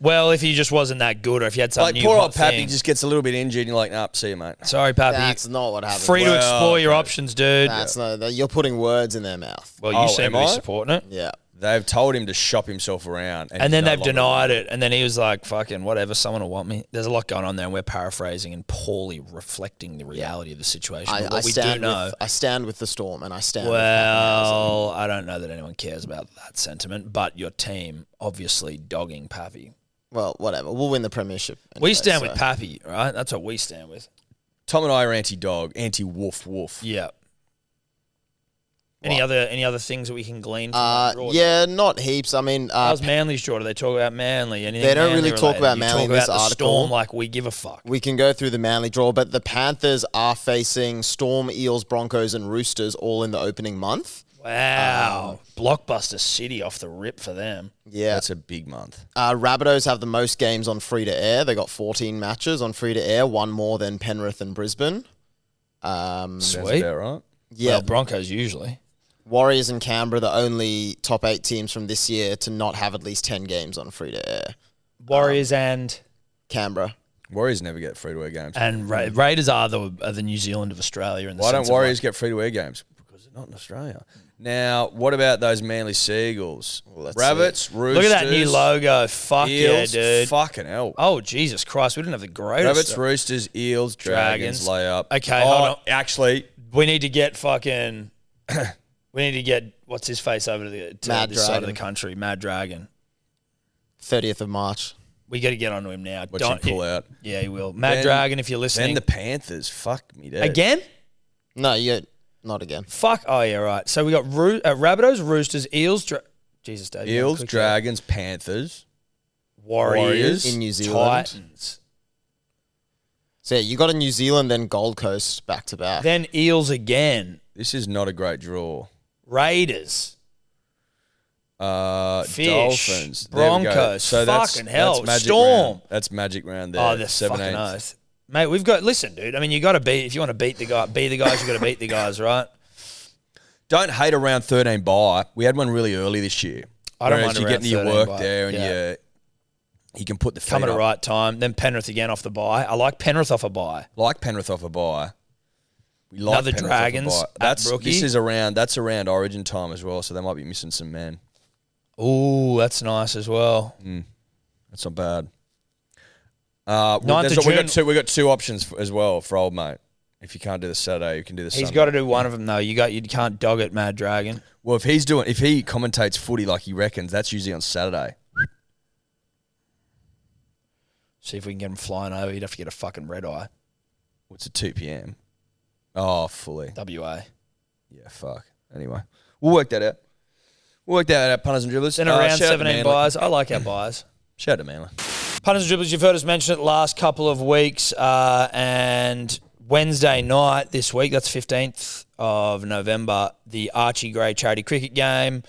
B: Well, if he just wasn't that good, or if he had some
C: Like
B: new
C: poor
B: hot
C: old Pappy
B: thing.
C: just gets a little bit injured, and you're like, nah, see you, mate.
B: sorry, Pappy.
D: That's not what happened.
B: Free to
D: Well,
B: explore your options, dude.
D: That's no, that- you're putting words in their mouth.
B: well, you
C: Oh,
B: seem
C: am
B: to be
C: I?
B: supporting it.
D: Yeah.
C: They've told him to shop himself around, and,
B: And then they've denied it. And then he was like, fucking whatever, someone will want me. There's a lot going on there, and we're paraphrasing and poorly reflecting the reality of the situation.
D: I,
B: but
D: I
B: what we do
D: stand
B: know.
D: with I stand with the storm and I stand with
B: Well, I don't know that anyone cares about that sentiment, but your team obviously dogging Pappy.
D: Pappenhausen. Well, whatever. We'll win the premiership.
B: We
D: anyway,
B: stand
D: so-
B: with Pappy, right? That's what we stand with.
C: Tom and I are anti-dog, anti-woof, woof.
B: Yeah. Any other any other things that we can glean from
D: Uh,
B: that draw?
D: yeah, not heaps. I mean, uh,
B: How's Manly's draw? Do they talk about Manly? Anything
D: They don't
B: Manly
D: really talk
B: related?
D: about
B: You
D: Manly in
B: talk
D: this
B: about the
D: article.
B: Storm like we give a fuck.
D: we can go through the Manly draw, but the Panthers are facing Storm, Eels, Broncos, and Roosters all in the opening month.
B: Wow. Blockbuster City off the rip for them.
D: Yeah,
C: That's a big month.
D: Uh, Rabbitohs have the most games on free to air. They got 14 matches on free to air, one more than Penrith and Brisbane. Um,
C: Sounds
B: Sweet.
C: about right.
D: yeah,
B: Well, Broncos usually.
D: Warriors and Canberra, the only top eight teams from this year to not have at least 10 games on free to air.
B: Warriors and
D: Canberra.
C: Warriors never get free-to-air games.
B: and Ra- Raiders are the are the New Zealand of Australia. In the
C: Why don't
B: sense of, like,
C: Warriors get free-to-air games? Because they're not in Australia. Now, what about those Manly Seagulls,
D: let's
C: rabbits, roosters?
B: Look at that new logo. Fuck
C: Eels,
B: yeah, dude.
C: Fucking hell.
B: Oh, Jesus Christ. We didn't have the greatest.
C: Rabbits, roosters, eels, dragons,
B: Dragons.
C: layup.
B: Okay,
C: Oh,
B: hold on.
C: Actually,
B: we need to get fucking. we need to get what's his face over to the to
D: Mad
B: this side of the
D: Dragon.
B: country. Mad Dragon.
D: 30th of March.
B: We got to get onto him now.
C: what you pull out?
B: Yeah, he will. Mad
C: Then-
B: Dragon, if you're listening.
C: Then the Panthers. Fuck me, dude.
B: Again?
D: No, you not again.
B: Fuck. Oh, yeah, right. So we got Roo- uh, Rabbitohs, Roosters, Eels, Dra- Jesus, Dave. you
C: Eels,
B: want a quick check?
C: dragons, Panthers.
B: Warriors,
C: Warriors
D: in New Zealand.
B: Titans.
D: So yeah, you got a New Zealand, then Gold Coast back to back.
B: Then Eels again.
C: This is not a great draw.
B: Raiders.
C: Uh,
B: Fish,
C: Dolphins, There we go.
B: Broncos, fucking hell,
C: magic
B: Storm.
C: round. That's magic round there.
B: Oh, they're
C: Seven,
B: fucking
C: eighth.
B: oath. Mate, we've got. Listen, dude. I mean, you got to beat if you want to beat the guy. Be the guys. You got to beat the guys, right?
C: Don't hate a round thirteen bye. We had one really early this year.
B: I don't mind
C: Whereas
B: a
C: you
B: round
C: get into your
B: 13
C: work
B: bye.
C: there and
B: Yeah.
C: you you can put the feet
B: Come at a
C: up.
B: right time. Then Penrith again off the bye. I like Penrith off a bye.
C: like Penrith off a bye. We like
B: Another
C: Penrith off a
B: Dragons
C: bye.
B: at
C: That's
B: Brookie.
C: this is around that's around Origin time as well, so they might be missing some men.
B: Ooh, that's nice as well.
C: That's not bad. Uh, we,
B: Ninth
C: there's
B: of
C: a- we got
B: June.
C: two. We got two options f as well for old mate. If you can't do the Saturday, you can do the.
B: He's
C: Sunday.
B: got to do one of them though. You got you can't dog it, Mad Dragon.
C: Well, if he's doing, if he commentates footy like he reckons, that's usually on Saturday.
B: See if we can get him flying over. You'd have to get a fucking red eye.
C: What's at two p.m. Oh, fully.
B: WA.
C: Yeah, fuck. Anyway, we'll work that out. We'll work that out. Punters and dribblers.
B: Then
C: Uh,
B: around
C: shout out to
B: 17
C: Manly.
B: buys. I like our buys.
C: Shout out to Manly.
B: Punters and dribblers, you've heard us mention it last couple of weeks. Uh, and Wednesday night this week, that's 15th of November, the Archie Gray charity cricket game.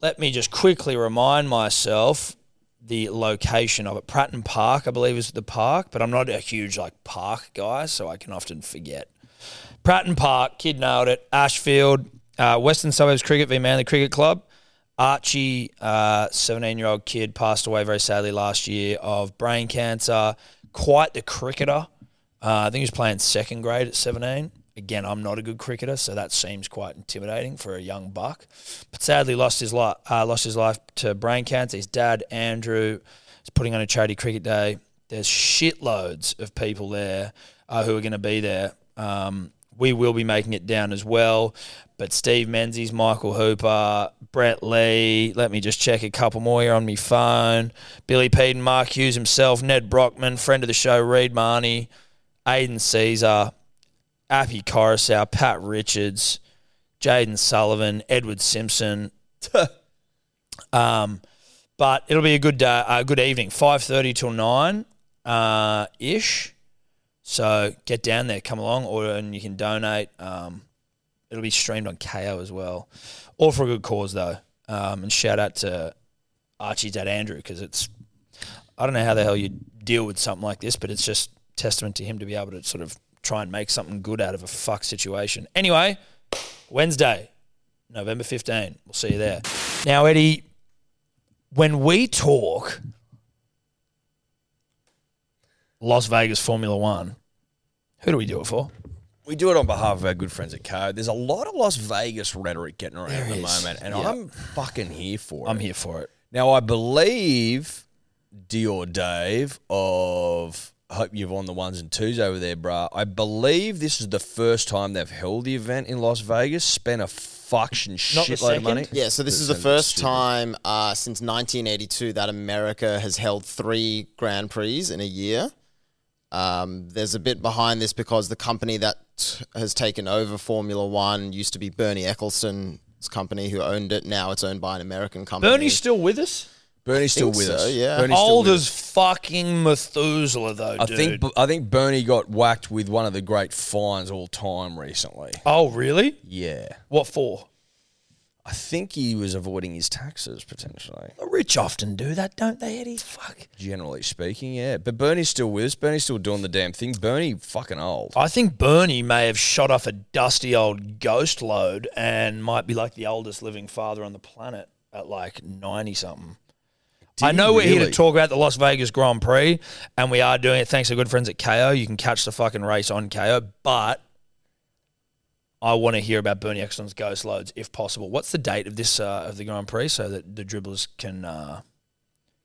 B: Let me just quickly remind myself the location of it. Pratton Park, I believe, is the park, but I'm not a huge like park guy, so I can often forget. Pratton Park, kid nailed it. Ashfield, uh, Western Suburbs Cricket v Manly Cricket Club. Archie, uh, 17 year old kid, passed away very sadly last year of brain cancer. Quite the cricketer. Uh, I think he was playing second grade at 17. Again, I'm not a good cricketer, so that seems quite intimidating for a young buck. But sadly, lost his life. Uh, lost his life to brain cancer. His dad, Andrew, is putting on a charity cricket day. There's shitloads of people there uh, who are going to be there. Um, we will be making it down as well. But Steve Menzies, Michael Hooper, Brett Lee. Let me just check a couple more here on my phone. Billy Peden, Mark Hughes himself, Ned Brockman, friend of the show, Reed Marnie, Aiden Caesar, Appy Coruscant, Pat Richards, Jaden Sullivan, Edward Simpson. um, but it'll be a good day, a good evening, five thirty till nine uh, ish. So get down there, come along, or and you can donate. Um, it'll be streamed on KO as well, all for a good cause though. Um, and shout out to Archie's dad Andrew because it's I don't know how the hell you deal with something like this, but it's just testament to him to be able to sort of try and make something good out of a fuck situation. Anyway, Wednesday, November 15. We'll see you there. Now, Eddie, when we talk Las Vegas Formula One, who do we do it for?
C: We do it on behalf of our good friends at Co. There's a lot of Las Vegas rhetoric getting around at the
B: is.
C: moment, and
B: Yeah.
C: I'm fucking here for it.
B: I'm here for it.
C: Now, I believe Dior Dave of hope you've on the ones and twos over there, bruh. I believe this is the first time they've held the event in Las Vegas, spent a fucking
B: Not the
C: shitload of money.
B: second?
D: Yeah, so this is the
C: That's
D: first
C: stupid.
D: time uh, since 1982 that America has held three Grand Prix in a year. Um, there's a bit behind this because the company that has taken over Formula One used to be Bernie Ecclestone's company, who owned it. Now it's owned by an American company.
B: Bernie's still with us?
C: Bernie's still with
D: think so,
C: us.
D: yeah.
C: Bernie's still
B: Old
C: with
B: as fucking Methuselah, though,
C: I
B: dude.
C: think I think Bernie got whacked with one of the great fines all time recently.
B: oh, really?
C: Yeah,
B: What for?
C: I think he was avoiding his taxes potentially.
B: The rich often do that, don't they, Eddie? Fuck.
C: Generally speaking, yeah. But Bernie's still with us. Bernie's still doing the damn thing. Bernie fucking old.
B: I think Bernie may have shot off a dusty old ghost load and might be like the oldest living father on the planet at like 90 something. I
C: he
B: know we're here to
C: really?
B: talk about the Las Vegas Grand Prix, and we are doing it thanks to our good friends at KO. You can catch the fucking race on KO, but I want to hear about Bernie Ecclestone's ghost loads if possible. What's the date of this uh, of the Grand Prix so that the dribblers can uh,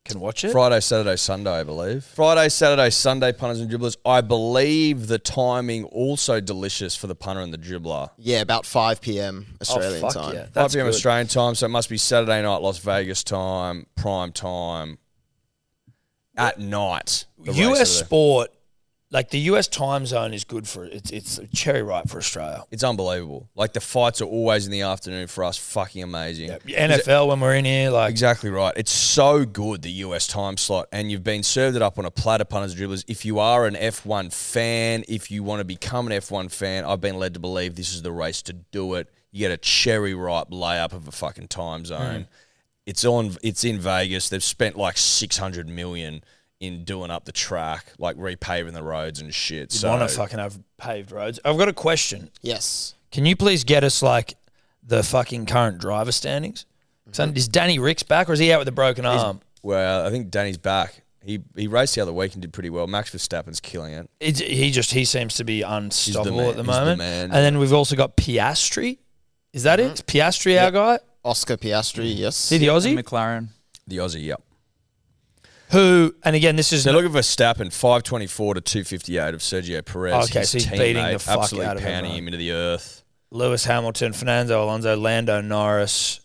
B: can watch it?
C: Friday, Saturday, Sunday, I believe. Friday, Saturday, Sunday, punters and dribblers. I believe the timing also delicious for the punter and the dribbler.
D: yeah, about 5 p.m. Australian
B: Oh, fuck
D: time.
B: yeah.
C: 5
B: That's
C: p.m.
B: good.
C: Australian time, so it must be Saturday night, Las Vegas time, prime time, at night. the
B: US
C: race over there.
B: sport, like the US time zone, is good for it's it's cherry ripe for Australia.
C: It's unbelievable. Like the fights are always in the afternoon for us. Fucking amazing.
B: NFL when we're in here, like
C: Exactly right. It's so good the US time slot, and you've been served it up on a platter, punters and dribblers. If you are an F1 fan, if you want to become an F1 fan, I've been led to believe this is the race to do it. You get a cherry ripe layup of a fucking time zone.
B: Mm.
C: It's on. It's in Vegas. They've spent like six hundred million in doing up the track, like repaving the roads and shit.
B: you
C: so
B: want to fucking have paved roads. I've got a question.
D: Yes.
B: Can you please get us like the fucking current driver standings?
C: Mm-hmm.
B: So Is Danny Ricks back or is he out with a broken arm?
C: well, I think Danny's back. He he raced the other week and did pretty well. Max Verstappen's killing it.
B: It's, he just he seems to be unstoppable
C: man.
B: at the
C: He's the
B: moment.
C: man. Mm-hmm.
B: And then we've also got Piastri. Is that it? Piastri, our guy,
D: Oscar Piastri, yes.
B: see the
A: And
B: Aussie,
A: McLaren.
C: The Aussie, yep.
B: who and again this is
C: They're looking for Stappen, 524 to 258 of Sergio Perez.
B: Okay,
C: his
B: so he's
C: teammate,
B: beating the fuck
C: absolutely
B: out of
C: pounding
B: everyone.
C: him into the earth.
B: Lewis Hamilton, Fernando Alonso, Lando Norris.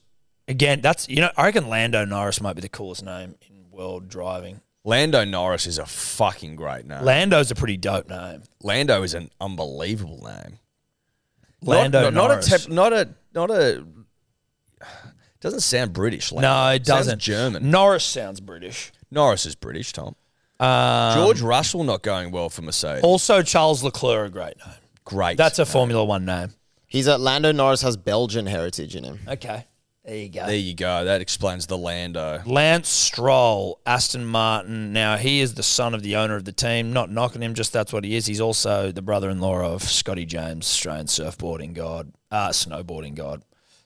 B: Again, that's you know I reckon Lando Norris might be the coolest name in world driving.
C: Lando Norris is a fucking great name.
B: Lando's a pretty dope name.
C: Lando is an unbelievable name.
B: Lando
C: not, not,
B: Norris.
C: Not a, tep- not a, not a. Doesn't sound British. Lando.
B: no, it
C: Sounds
B: doesn't.
C: German.
B: Norris sounds British.
C: Norris is British. Tom
B: Um,
C: George Russell not going well for Mercedes.
B: also, Charles Leclerc, a great name.
C: great.
B: Oh, That's a Formula One name.
D: He's at Lando Norris has Belgian heritage in him.
B: Okay, there you go.
C: there you go. That explains the Lando.
B: Lance Stroll, Aston Martin. Now he is the son of the owner of the team. Not knocking him, just that's what he is. He's also the brother-in-law of Scotty James, Australian surfboarding god, uh, snowboarding god,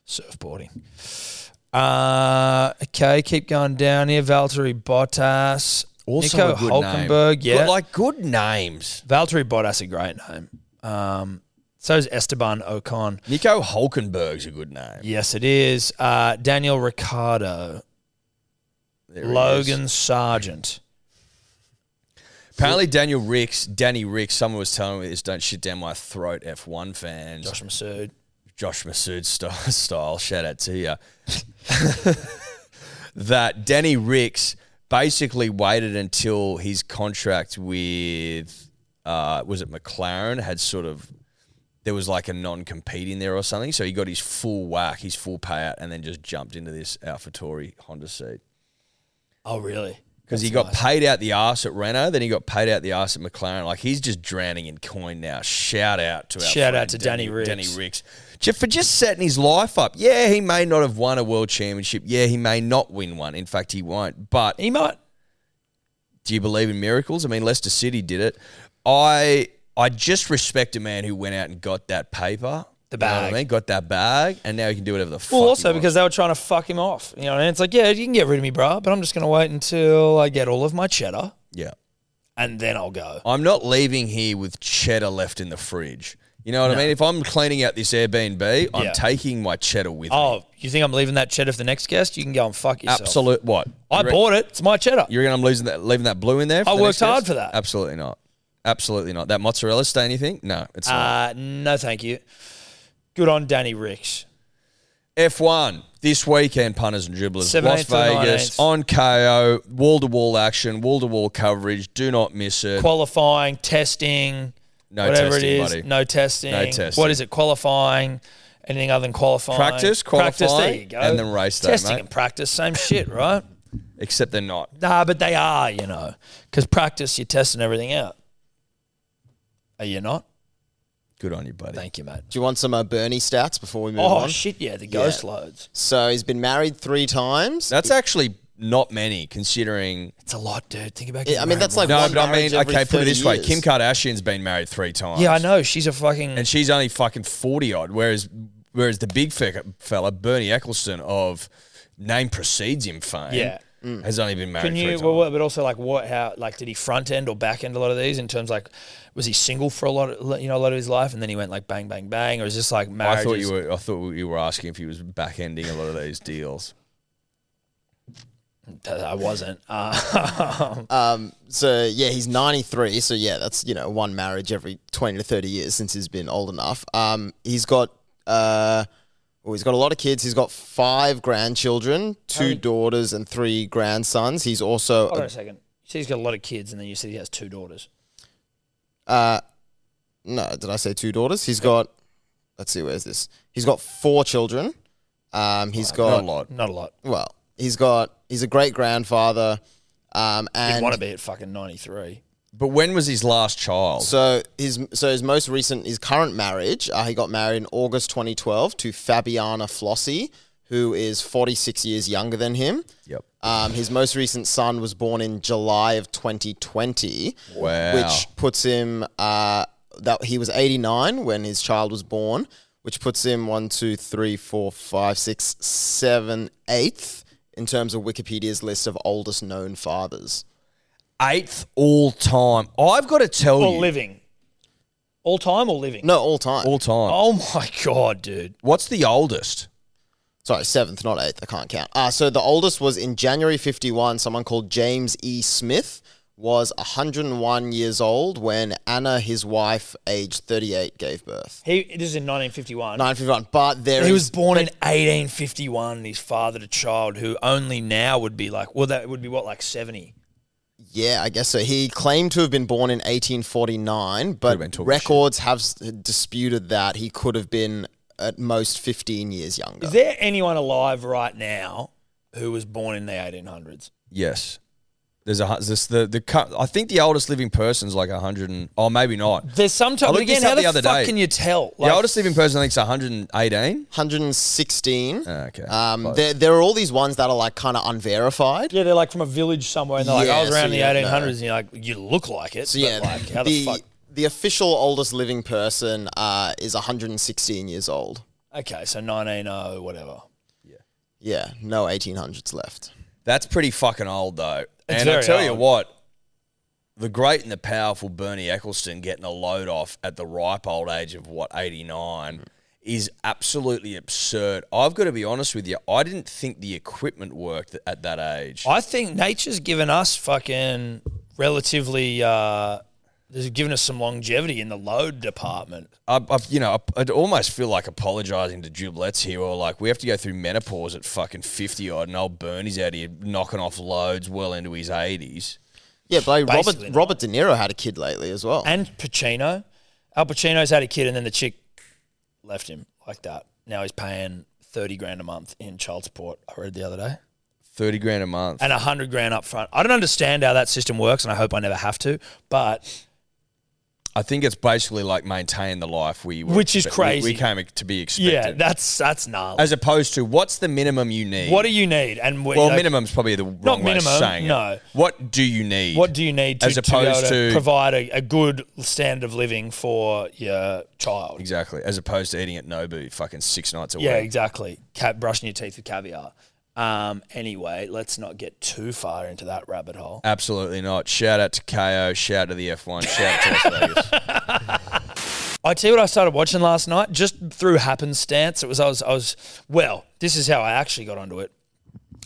B: surfboarding. Uh, okay, keep going down here. Valtteri Bottas,
C: Also
B: Nico
C: a good
B: Hulkenberg.
C: name.
B: Yeah,
C: Good- like good names.
B: Valtteri Bottas a great name. Um, so is Esteban Ocon.
C: Nico Hulkenberg's a good name.
B: Yes, it is. Uh, Daniel Ricciardo,
C: There he is.
B: Logan Sargent.
C: Apparently, Daniel Ricks, Danny Ricks, someone was telling me this, don't shit down my throat, F1 fans.
B: Josh Masood.
C: Josh Masood style, style shout out to you, that Danny Ricks basically waited until his contract with, uh, was it McLaren, had sort of, there was like a non compete in there or something. So he got his full whack, his full payout, and then just jumped into this AlphaTauri Honda seat.
B: Oh, really?
C: Because he got paid out the arse at Renault, then he got paid out the arse at McLaren. Like he's just drowning in coin now. Shout out to our
B: Shout out
C: friend
B: to Danny Ricks.
C: Danny Ricks Ju- for just setting his life up. Yeah, he may not have won a world championship. Yeah, he may not win one. In fact, he won't. But
B: He might.
C: do you believe in miracles? I mean, Leicester City did it. I I just respect a man who went out and got that paper,
B: The
C: You know what
B: bag.
C: I mean, got that bag, and now he can do whatever the fuck.
B: Well,
C: he
B: also
C: wants.
B: because they were trying to fuck him off. You know, and it's like, yeah, you can get rid of me, bro, but I'm just going to wait until I get all of my cheddar
C: yeah.
B: and then I'll go.
C: I'm not leaving here with cheddar left in the fridge. You know what I mean? If I'm cleaning out this Airbnb, I'm
B: Yeah.
C: taking my cheddar with me.
B: Oh, you think I'm leaving that cheddar for the next guest? You can go and fuck yourself.
C: Absolute what?
B: I
C: you reckon,
B: bought it. It's my cheddar.
C: You reckon I'm losing that, leaving that blue in there? for
B: I
C: the
B: worked
C: next
B: hard
C: guest?
B: for that.
C: Absolutely not. Absolutely not. That mozzarella stay anything? No, it's not.
B: Uh, no, thank you. Good on Danny Ricks.
C: F1 this weekend, punters and dribblers,
B: 17th
C: Las
B: to the
C: Vegas
B: 19th.
C: on KO, wall to wall action, wall to wall coverage. Do not miss it.
B: Qualifying, testing,
C: No
B: whatever
C: testing,
B: it is.
C: buddy.
B: No testing.
C: No testing.
B: What is it? Qualifying. Anything other than qualifying?
C: Practice,
B: practice. There
C: qualify,
B: you go.
C: and then race day,
B: Testing
C: mate.
B: and practice, same shit, right?
C: Except they're not.
B: Nah, but they are, you know, because practice, you're testing everything out. Are you not?
C: Good on you, buddy.
B: Thank you, mate.
D: Do you want some uh, Bernie stats before we move
B: Oh
D: on?
B: shit, yeah, the ghost loads.
D: so he's been married three times.
C: That's actually not many considering
B: It's a lot, dude. Think about.
D: Yeah, I
B: getting
D: mean,
B: married
D: that's
B: once.
D: like-
C: No,
D: one
C: but I
D: marriage
C: mean,
D: every
C: okay, put it
D: 30
C: this way:
D: years.
C: Kim Kardashian's been married three times.
B: Yeah, I know. She's a fucking.
C: and she's only fucking forty odd. Whereas, whereas the big fe- fella Bernie Ecclestone of name precedes him fame,
B: Yeah. Mm.
C: has only been married
B: Can
C: three
B: you?
C: times.
B: Well, what- but also like what? How? Like, did he front end or back end a lot of these? In terms like, was he single for a lot? Of, you know, a lot of his life, and then he went like bang, bang, bang, or is this like marriage?
C: I thought you were. I thought you were asking if he was back ending a lot of these deals.
B: I wasn't. Uh,
D: Um, so yeah, he's 93. So yeah, that's you know one marriage every 20 to 30 years since he's been old enough. Um, he's got uh, well, he's got a lot of kids. He's got five grandchildren, two daughters, and three grandsons. He's also
B: hold on
D: a,
B: a second. You said he's got a lot of kids, and then you said he has two daughters.
D: uh, no, did I say two daughters? He's got let's see, where's this? He's got four children. Um, he's
C: Not
D: got
C: a lot.
B: Not a lot.
D: well, he's got he's a great grandfather. Um,
B: He'd
D: and
B: want to be at fucking ninety three.
C: But when was his last child?
D: So his so his most recent his current marriage, uh, he got married in August 2012 to Fabiana Flossi, who is 46 years younger than him.
C: yep.
D: Um, his most recent son was born in July of 2020,
C: Wow.
D: which puts him uh, that he was 89 when his child was born, which puts him one, two, three, four, five, six, seven, eighth in terms of Wikipedia's list of oldest known fathers.
C: Eighth all time. I've got to tell
B: Or
C: you,
B: living. All time or living?
D: No, all time.
C: all time.
B: Oh my god, dude.
C: What's the oldest?
D: Sorry, seventh, not eighth. I can't count. Uh, so the oldest was in January 51. Someone called James E. Smith was 101 years old when Anna, his wife, aged 38, gave birth.
B: He this is in nineteen fifty one.
D: 951. But there
B: He
D: is-
B: was born in 1851. and He's fathered a child who only now would be like, well, that would be what, like 70?
D: Yeah, I guess so. He claimed to have been born in 1849,
C: have
D: but
C: been talking
D: records have s- disputed that he could have been at most 15 years younger.
B: Is there anyone alive right now who was born in the 1800s?
C: Yes. There's a hu- this the the cu- I think the oldest living person's like hundred and oh maybe not.
B: There's
C: I
B: sometimes, but
C: looked this
B: again, how
C: up
B: the,
C: the other
B: fuck
C: day.
B: can you tell?
C: the oldest living person I think is 118.
D: 116.
C: Okay.
D: Um,
C: Uh, Close.
D: there, there are all these ones that are like kind of unverified.
B: Yeah, they're like from a village somewhere, and they're like,
D: Yeah,
B: I was around in
D: so you don't
B: the
D: know.
B: 1800s, and you're like, you look like it.
D: So
B: but,
D: yeah,
B: like, how the,
D: the
B: fuck?
D: the official oldest living person uh, is 116 years old.
B: Okay, so 190, whatever.
D: Yeah, no 1800s left.
C: That's pretty fucking old though.
B: It's
C: and I
B: very
C: tell you
B: old.
C: what, the great and the powerful Bernie Ecclestone getting a load off at the ripe old age of what 89
B: Mm.
C: is absolutely absurd. I've got to be honest with you. I didn't think the equipment worked at that age.
B: I think nature's given us fucking relatively uh, They've given us some longevity in the load department.
C: I, I, you know, I, I'd almost feel like apologising to Jublets here, or like we have to go through menopause at fucking fifty odd, and old Bernie's out here knocking off loads well into his eighties.
D: Yeah, but like, Robert
B: Basically not.
D: Robert De Niro had a kid lately as well.
B: And Pacino. Al Pacino's had a kid, and then the chick left him like that. Now he's paying thirty grand a month in child support. I read the other day.
C: Thirty grand a month.
B: and a hundred grand up front. I don't understand how that system works, and I hope I never have to. But
C: I think it's basically like maintain the life we, were
B: Which is
C: expect- we- We,
B: crazy.
C: came to be expected.
B: yeah, that's that's gnarly.
C: as opposed to what's the minimum you need.
B: what do you need? And we-
C: well,
B: you know,
C: minimum's probably the wrong
B: Not
C: way
B: minimum,
C: of saying it.
B: no.
C: What do you need?
B: What do you need to,
C: As
B: to be able
C: opposed
B: to
C: to-
B: provide a, a good standard of living for your child?
C: exactly? As opposed to eating at Nobu fucking six nights a
B: Yeah,
C: week.
B: exactly. Ca- brushing your teeth with caviar. Um, anyway, let's not get too far into that rabbit hole.
C: Absolutely not. Shout out to KO. Shout out to the F1. Shout out to Las Vegas.
B: I tell you what I started watching last night, just through happenstance. It was I was I was well, this is how I actually got onto it.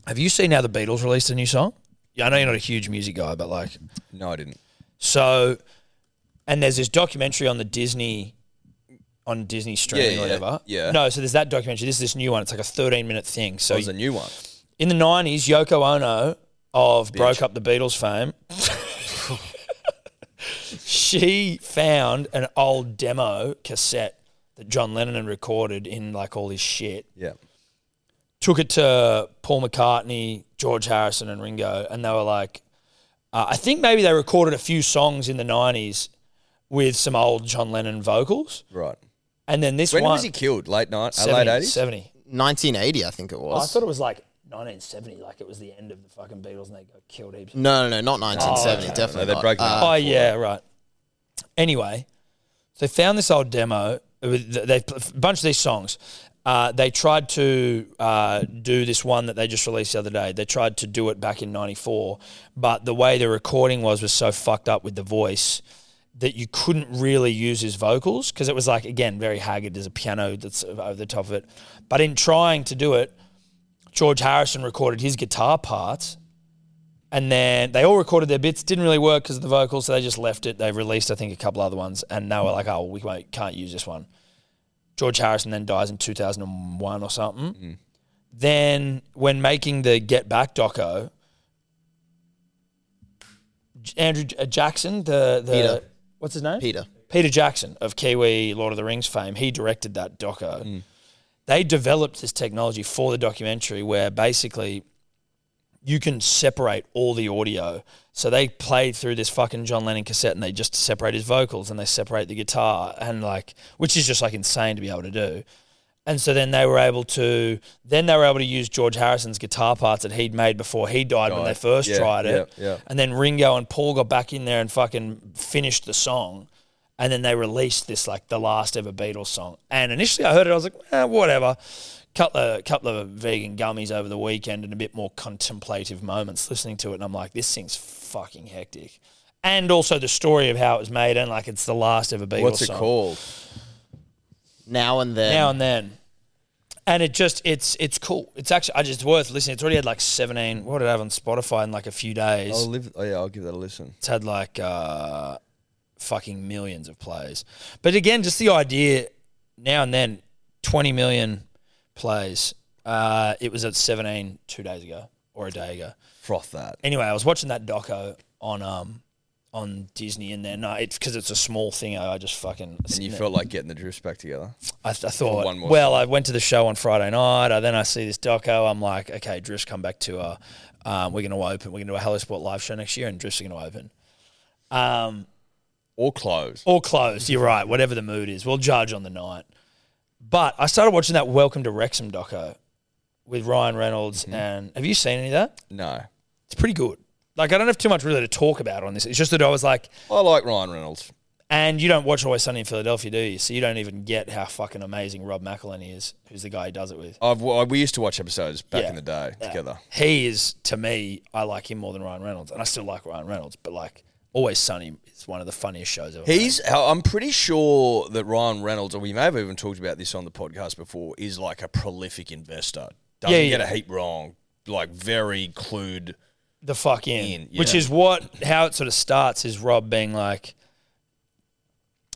B: Have you seen how the Beatles released a new song? Yeah, I know you're not a huge music guy, but like
C: No, I didn't.
B: so and there's this documentary on the Disney on Disney streaming
C: Yeah,
B: or
C: yeah,
B: whatever.
C: yeah. Oh,
B: No, so there's that documentary. This is this new one. It's like a 13 minute thing. So
C: That was a new one.
B: in the 90s, Yoko Ono of Broke Up the Beatles fame, she found an old demo cassette that John Lennon had recorded in like all his shit.
C: Yeah.
B: Took it to Paul McCartney, George Harrison, and Ringo, and they were like, uh, I think maybe they recorded a few songs in the 90s with some old John Lennon vocals.
C: Right.
B: And then this
C: When
B: one.
C: was he killed? Late night? uh,
B: 70,
C: late 80s?
B: 70.
D: 1980, I think it
B: Oh, I
D: was.
B: thought it was like 1970, like it was the end of the fucking Beatles and they got killed heaps.
D: no, no, no, not 1970.
B: Oh, okay.
D: Definitely.
C: No, they
D: not.
C: broke it
D: Uh,
C: up.
B: Oh yeah, right. Anyway, so they found this old demo. with- They a bunch of these songs. Uh, they tried to uh, do this one that they just released the other day. They tried to do it back in '94, but the way the recording was was so fucked up with the voice that you couldn't really use his vocals because it was like again very haggard. There's a piano that's over the top of it. But in trying to do it, George Harrison recorded his guitar parts and then they all recorded their bits. Didn't really work because of the vocals, so they just left it. They released, I think, a couple other ones, and they were like, "Oh, we won't- can't use this one." George Harrison then dies in 2001 or something. Then, when making the Get Back doco, J- Andrew J- uh, Jackson, the the
D: Peter.
B: what's his name,
D: Uh, Peter.
B: Peter Jackson of Kiwi Lord of the Rings fame, he directed that doco.
C: Mm.
B: They developed this technology for the documentary where basically you can separate all the audio. So they played through this fucking John Lennon cassette and they just separate his vocals and they separate the guitar and like which is just like insane to be able to do. And so then they were able to then they were able to use George Harrison's guitar parts that he'd made before he died, when they
C: Died.
B: first
C: Yeah,
B: tried it.
C: yeah, yeah.
B: And then Ringo and Paul got back in there and fucking finished the song. And then they released this like the last ever Beatles song. And initially I heard it, I was like, eh, whatever. Couple of, couple of vegan gummies over the weekend and a bit more contemplative moments listening to it. And I'm like, this thing's fucking hectic. And also the story of how it was made and like it's the last ever Beatles
C: What's it
B: song
C: called?
D: Now and then.
B: now and then. And it just it's it's cool. It's actually I just worth listening. It's already had like seventeen. What did I have on Spotify in like a few days?
C: I'll live. Oh yeah, I'll give that a listen.
B: It's had like uh, fucking millions of plays. But again, just the idea now and then, twenty million plays. Uh, it was at seventeen two days ago or a day ago
C: Froth that.
B: anyway, I was watching that doco on um on Disney, and then uh, it's because it's a small thing. I, I just fucking
C: And you felt like getting the drifts back together.
B: I, I thought,
C: one more
B: well, I went to the show on Friday night. I, then I see this doco. I'm like, okay, Drift's come back to uh, um, we're going to open. We're going to do a Hello Sport live show next year, and Drift's going to open. Um,
C: Or clothes.
B: or closed. You're right. Whatever the mood is, we'll judge on the night. But I started watching that Welcome to Wrexham doco with Ryan Reynolds, and have you seen any of that?
C: No.
B: It's pretty good. Like I don't have too much really to talk about on this. It's just that I was like,
C: I like Ryan Reynolds.
B: and you don't watch Always Sunny in Philadelphia, do you? So you don't even get how fucking amazing Rob McElhenney is, who's the guy he does it with.
C: I've, w- we used to watch episodes back
B: Yeah.
C: in the day together.
B: He is to me, I like him more than Ryan Reynolds, and I still like Ryan Reynolds, but like Always Sunny is one of the funniest shows ever. made.
C: He's. uh, I'm pretty sure that Ryan Reynolds, or we may have even talked about this on the podcast before, is like a prolific investor. Doesn't
B: Yeah, yeah.
C: get a heap wrong. Like very clued.
B: the fuck in,
C: In,
B: which
C: yeah.
B: is what how it sort of starts is Rob being like,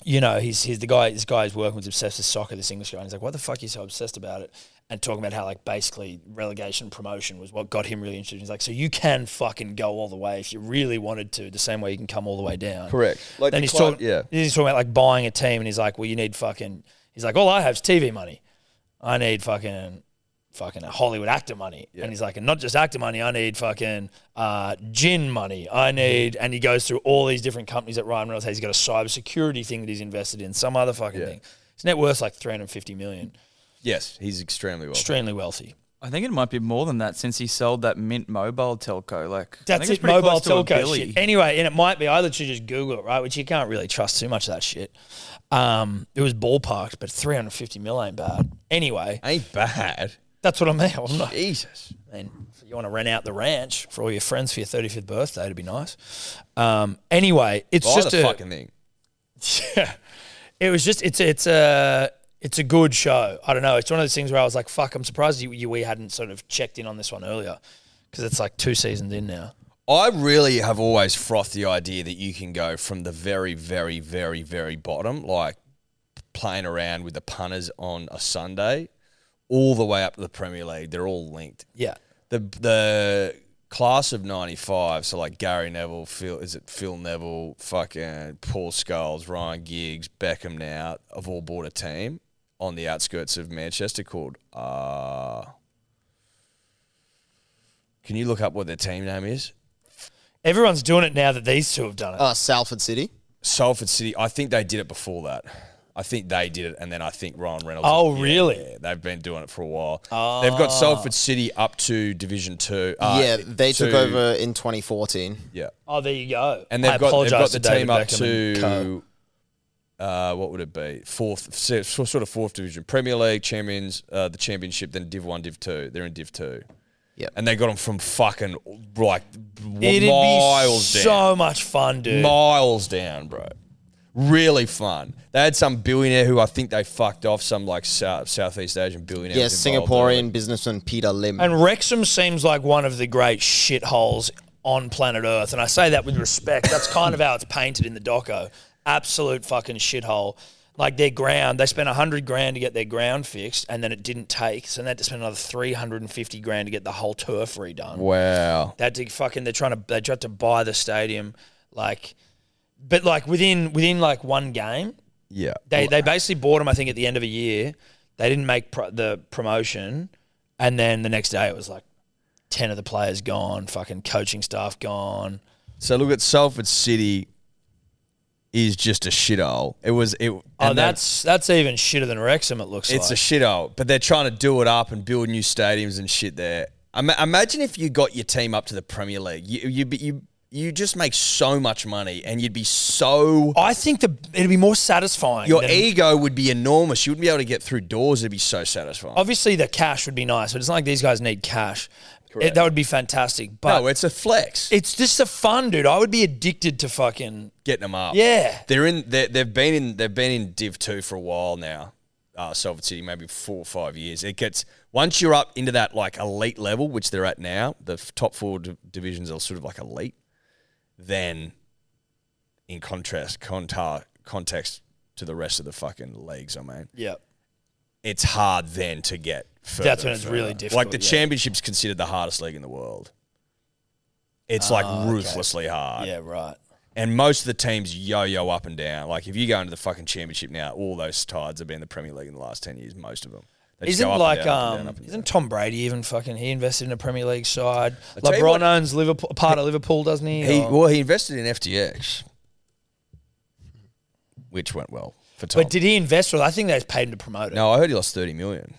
B: you know, he's he's the guy. This guy is working with obsessed with soccer. This English guy, and he's like, "Why the fuck are you so obsessed about it?" And talking about how like basically relegation promotion was what got him really interested. He's like, "So you can fucking go all the way if you really wanted to, the same way you can come all the way down."
C: Correct. Like
B: then
C: the
B: he's
C: club-
B: talking.
C: yeah.
B: He's talking about like buying a team, and he's like, "Well, you need fucking." He's like, "All I have is TV money. I need fucking." Fucking Hollywood actor money, and he's like, and not just actor money. I need fucking uh, gin money. I need, and he goes through all these different companies that Ryan Reynolds has. He's got a cybersecurity thing that he's invested in, some other fucking
C: Yeah.
B: thing. His net worth's like three hundred fifty million.
C: Yes, he's extremely well.
B: Extremely wealthy.
A: I think it might be more than that since he sold that Mint Mobile telco. Like I
B: That's
A: think it's
B: it,
A: pretty
B: mobile
A: close to a
B: telco
A: billy.
B: shit. Anyway, and it might be. I literally just Google it, right? Which you can't really trust too much of that shit. Um, it was ballparked, but 350 mil ain't bad. Anyway,
C: Ain't bad.
B: that's what I mean. I'm not,
C: Jesus.
B: I mean, if you want to rent out the ranch for all your friends for your 35th birthday, it'd be nice. Um, anyway, it's
C: Buy
B: just
C: the
B: a,
C: fucking thing.
B: yeah. It was just it's it's a it's a good show. I don't know. It's one of those things where I was like, "Fuck!" I'm surprised you, you we hadn't sort of checked in on this one earlier because it's like two seasons in now.
C: I really have always frothed the idea that you can go from the very, very, very, very bottom, like playing around with the punters on a Sunday, all the way up to the Premier League. They're all linked.
B: Yeah,
C: The the class of '95, so like Gary Neville, Phil, is it Phil Neville, fucking Paul Scholes, Ryan Giggs, Beckham now, have all bought a team on the outskirts of Manchester called. Uh, can you look up what their team name is?
B: everyone's doing it now that these two have done it.
D: Uh, Salford City.
C: Salford City. I think they did it before that. I think they did it, and then I think Ryan Reynolds.
B: Oh,
C: yeah,
B: really? Ah.
C: Yeah, they've been doing it for a while. Uh, They've got Salford City up to Division Two. uh,
D: yeah, they took
C: to-
D: over in 2014.
C: Yeah,
B: oh, there you go.
C: and they've
B: I
C: got they've got
B: apologise
C: the
B: to David
C: team up
B: Beckham and co.
C: to uh, what would it be? Fourth, so- so- sort of fourth division, Premier League, Champions, uh, the Championship, then Div One, Div Two. They're in Div Two.
D: Yep.
C: and they got them from fucking like
B: It'd
C: miles
B: be
C: down.
B: so much fun, dude.
C: miles down, bro. Really fun. They had some billionaire who I think they fucked off, some like South, Southeast Asian billionaire.
D: Yeah,
C: was involved in it.
D: Singaporean businessman Peter Lim.
B: And Wrexham seems like one of the great shitholes on planet Earth. And I say that with respect. That's kind of how it's painted in the doco. Absolute fucking shithole. Like their ground, they spent 100 grand to get their ground fixed and then it didn't take. So they had to spend another 350 grand to get the whole turf redone.
C: Wow.
B: They had to fucking. They're trying to. They tried to buy the stadium, like, but like within within like one game,
C: Yeah.
B: they they basically bought him. I think at the end of a year, they didn't make pro- the promotion, and then the next day it was like ten of the players gone, fucking coaching staff gone.
C: So look at Salford City is just a shithole. It was it.
B: Oh,
C: and they-
B: that's that's even shitter than Wrexham. It looks
C: it's a
B: like.
C: shithole. But they're trying to do it up and build new stadiums and shit there. Ima- imagine if you got your team up to the Premier League. You you be- you you just make so much money and you'd be so
B: I think the it'd be more satisfying.
C: Your e-,
B: than-
C: ego would be enormous. You wouldn't be able to get through doors. It'd be so satisfying.
B: obviously the cash would be nice, but it's not like these guys need cash. It, that would be fantastic, but.
C: no, it's a flex.
B: it's just the fun, dude. I would be addicted to fucking
C: getting them up.
B: Yeah.
C: they're in. They're, they've been in. They've been in Div Two for a while now. Uh, Salford City, maybe four or five years. It gets once you're up into that like elite level, which they're at now. The f- top four d- divisions are sort of like elite. Then, in contrast, contar- context to the rest of the fucking leagues, I mean,
B: Yeah.
C: it's hard then to get. Further,
B: That's when it's
C: further.
B: really
C: Like
B: difficult,
C: the
B: yeah.
C: championship's considered the hardest league in the world. It's like ruthlessly hard.
B: Ah, Yeah, right.
C: And most of the teams yo-yo up and down. Like if you go into the fucking championship now, all those tides have been the Premier League in the last ten years. Most of them. They just
B: Isn't
C: go up and
B: like
C: down, up and down,
B: um
C: up and down.
B: isn't Tom Brady even fucking he invested in a Premier League side?
C: tell you
B: LeBron
C: what-
B: owns Liverpool part of Liverpool, doesn't he?
C: he
B: Or-
C: well he invested in FTX, which went well for Tom.
B: but did he invest or I think they just paid him to promote it.
C: no, I heard he lost thirty million.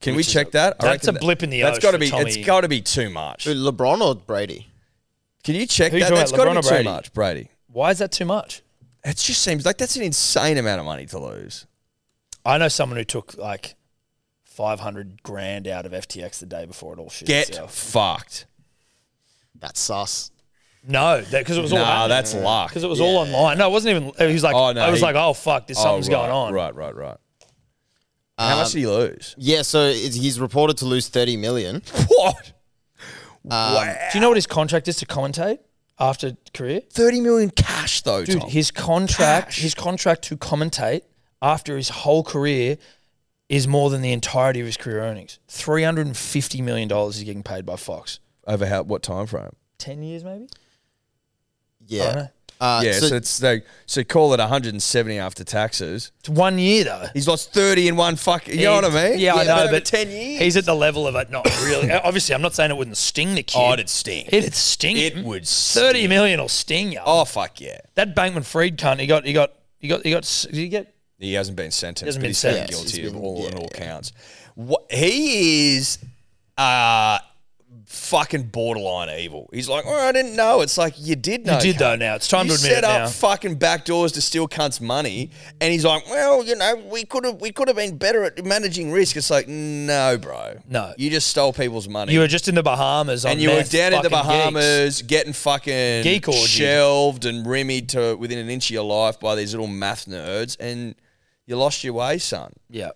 C: Can we check that? I
B: that's
C: reckon
B: a blip in the
C: That's
B: ocean
C: got to
B: for
C: be.
B: Tommy.
C: It's got to be too much.
D: Who, LeBron or Brady?
C: Can you check
B: Who you
C: that?
B: talking
C: That's
B: about,
C: got to be
B: LeBron or
C: too
B: Brady?
C: much, Brady.
B: Why is that too much?
C: It just seems like that's an insane amount of money to lose.
B: I know someone who took like five hundred grand out of FTX the day before it all shit
C: Get
B: itself.
C: fucked.
D: That's sus.
B: No, because it was all
C: Nah, that's luck.
B: because it was all online. No, it wasn't even. He was like,
C: Oh, no,
B: I was
C: he-
B: like, oh fuck, there's something's
C: right,
B: going on.
C: Right, right, right. Um, How much did he lose?
D: Yeah, so it's, he's reported to lose 30 million.
C: What?
B: Do you know what his contract is to commentate? after career.
C: 30 million cash though,
B: Dude,
C: Tom.
B: his contract, his contract to commentate after his whole career is more than the entirety of his career earnings. Three hundred and fifty million dollars he's getting paid by Fox.
C: Over how what time frame?
B: Ten years, maybe. I don't
D: Yeah.
B: know.
D: Uh,
C: yeah, so,
D: so-
C: it's like so call it 170 after taxes.
B: It's one year though.
C: He's lost 30 in one fuck. You know what I mean?
B: Yeah, I know,
C: over
B: but
C: 10 years.
B: He's at the level of it, not really. Obviously, I'm not saying it wouldn't sting the kid.
C: Oh, it'd sting.
B: It'd sting.
C: It
B: him.
C: would
B: Thirty million will sting you.
C: oh fuck yeah.
B: That Bankman Freed cunt. He got. He got. He got. He got. s- Did he get?
C: He hasn't been sentenced,
B: Hasn't
C: but
B: been
C: he's
B: sentenced.
C: been guilty
D: He's
C: of
D: been-
C: all on
D: yeah,
C: all counts. What, he is uh fucking borderline evil. He's like, oh, I didn't know. It's like you did know.
B: He did
C: cunt.
B: though. Now it's time
C: you
B: to admit
C: set
B: it
C: up
B: now.
C: fucking back doors to steal cunts' money, and he's like, "Well, you know, we could have we could have been better at managing risk." It's like, no, bro,
B: No.
C: you just stole people's money,
B: you were just in the Bahamas on
C: and you were
B: meth,
C: down in the
B: fucking gigs.
C: Bahamas getting fucking
B: Geek orgy.
C: shelved and rimmied to within an inch of your life by these little math nerds, and you lost your way, son.
B: Yeah.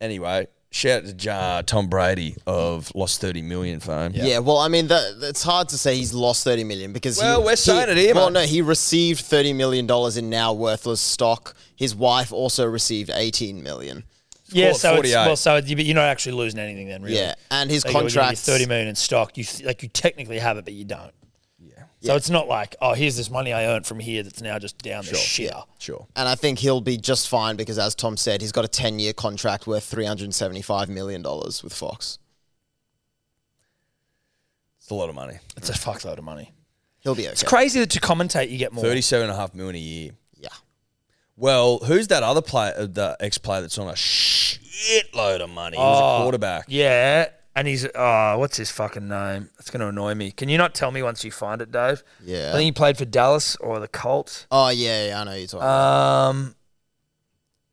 C: Anyway, shout out to Ja- Tom Brady of lost thirty million fame.
D: yeah. well, I mean, that, it's hard to say he's lost thirty million because he-
C: Well, we're
D: he,
C: saying it here,
D: Well,
C: mate.
D: no, he received thirty million dollars in now worthless stock. His wife also received eighteen million.
B: Yeah.
C: Call it
B: So it's,
C: 48.
B: well, so you- but you're not actually losing anything then, really.
D: Yeah, and his
B: Like, you're gonna be
D: contract
B: thirty million in stock. You th- like you technically have it, but you don't. Yeah. So it's not like, oh, here's this money I earned from here that's now just down the shitter.
C: sure.
D: And I think he'll be just fine because, as Tom said, he's got a 10 year contract worth $375 million with Fox.
C: It's a lot of money.
B: It's a fuckload of money.
D: He'll be okay.
B: It's crazy that to commentate you get more.
C: Thirty-seven and a half million a year.
D: Yeah.
C: Well, who's that other player, uh, the ex player that's on a shitload of money? He was
B: Oh,
C: a quarterback.
B: Yeah. And he's oh, what's his fucking name? It's gonna annoy me. Can you not tell me once you find it, Dave?
D: Yeah.
B: I think he played for Dallas or the Colts.
D: Oh, yeah, yeah I know who you're talking about.
B: Um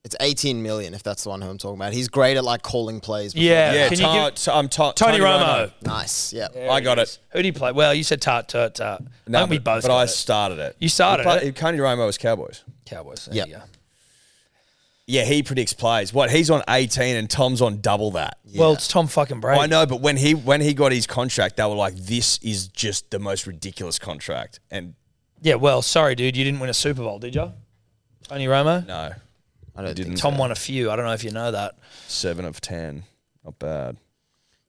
D: It's 18 million if that's the one who I'm talking about. He's great at like calling plays. before-
B: Yeah.
C: Yeah,
B: Can you
C: Ta-
B: give-
C: Ta- I'm Ta-
B: Tony, Romo.
D: Nice. Yeah.
C: I got it.
B: Who do you play? Well, you said Tart Tart Tart.
C: No,
B: No, we
C: but-
B: both
C: But
B: got
C: I
B: it.
C: started it.
B: You started
C: He pla-
B: it?
C: Tony Romo was Cowboys.
B: Cowboys. There
D: Yeah.
B: you go.
C: Yeah, he predicts plays. What he's on 18 and Tom's on double that.
B: Well, it's Tom fucking Brady.
C: I know, but when he when he got his contract, they were like, "This is just the most ridiculous contract." And
B: Yeah, well, sorry, dude, you didn't win a Super Bowl, did you? Tony Romo?
C: no,
D: I don't
C: didn't.
D: think.
B: Tom won a few. I don't know if you know that.
C: Seven of ten, not bad.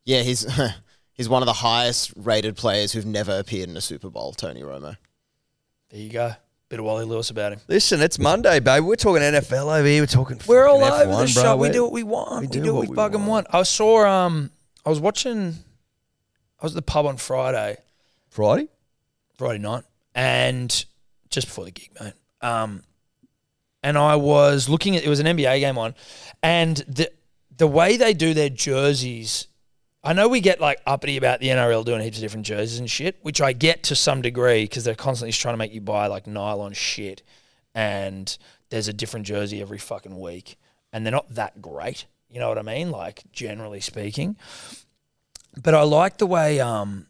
D: Yeah, he's, he's one of the highest rated players who've never appeared in a Super Bowl, Tony Romo.
B: There you go. Bit of Wally Lewis about him.
C: Listen, it's Monday, babe. We're talking NFL over here. We're talking.
B: We're all
C: fucking
B: over
C: F1,
B: the
C: bro.
B: show. We
C: We're-
B: do what we want. We do,
C: do
B: what
C: what
B: we
C: we
B: bug and want. I saw um I was watching I was at the pub on Friday,
C: Friday.
B: Friday night, and just before the gig, mate. Um and I was looking at it was an NBA game on and the the way they do their jerseys I know we get like uppity about the NRL doing heaps of different jerseys and shit, which I get to some degree because they're constantly trying to make you buy like nylon shit, and there's a different jersey every fucking week, and they're not that great. You know what I mean? Like generally speaking, but I like the way, um,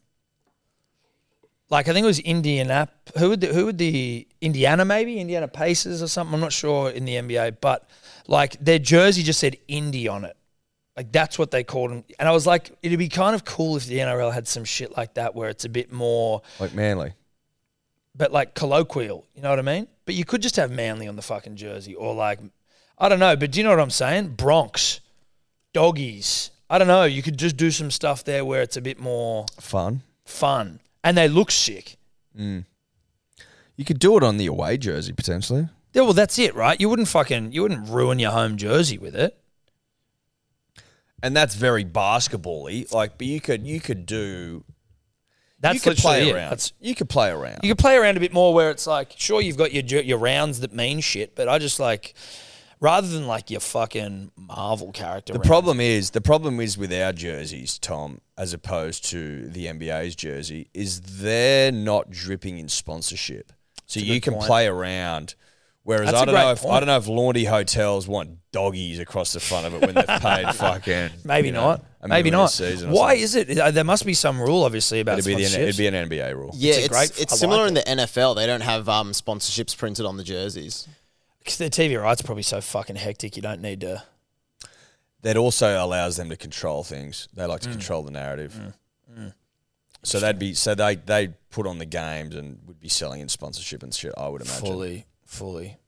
B: like I think it was Indiana. Who would the, who would the Indiana maybe Indiana Pacers or something? I'm not sure in the NBA, but like their jersey just said Indy on it. Like that's what they called him. And I was like, it'd be kind of cool if the NRL had some shit like that where it's a bit more,
C: Like Manly.
B: but like colloquial. You know what I mean? But you could just have Manly on the fucking jersey or like, I don't know. But do you know what I'm saying? Bronx, doggies. I don't know. You could just do some stuff there where it's a bit more
C: Fun.
B: fun and they look sick.
C: You could do it on the away jersey potentially.
B: Yeah, well, that's it, right? You wouldn't fucking, you wouldn't ruin your home jersey with it.
C: and that's very basketball-y. Like, but you could you could do
B: That's
C: you could play
B: literally it.
C: around.
B: That's-
C: you could play around.
B: you can play around a bit more where it's like sure you've got your jer- your rounds that mean shit but i just like rather than like your fucking marvel character
C: the
B: round-
C: problem is the problem is with our jerseys, Tom, as opposed to the NBA's jersey, is they're not dripping in sponsorship. So you can play around. Whereas
B: That's
C: I
B: a
C: don't know
B: great
C: if I
B: point.
C: don't know if laundry hotels want doggies across the front of it when they've paid fucking
B: maybe
C: you know,
B: not
C: a
B: maybe
C: million a
B: not
C: season or
B: why
C: something.
B: is it Uh, there must be some rule obviously about
C: it'd be, the,
B: sponsorships.
C: it'd be an NBA rule?
D: Yeah,
B: a
D: it's,
B: great-
D: it's,
B: I like
D: similar in the NFL. They don't have um, sponsorships printed on the jerseys.
B: 'Cause their tv rights probably so fucking hectic you don't need to
C: That also allows them to control things. They like to control the narrative. So they'd be so they they put on the games and would be selling in sponsorship and shit. I would imagine.
B: Fully, fully.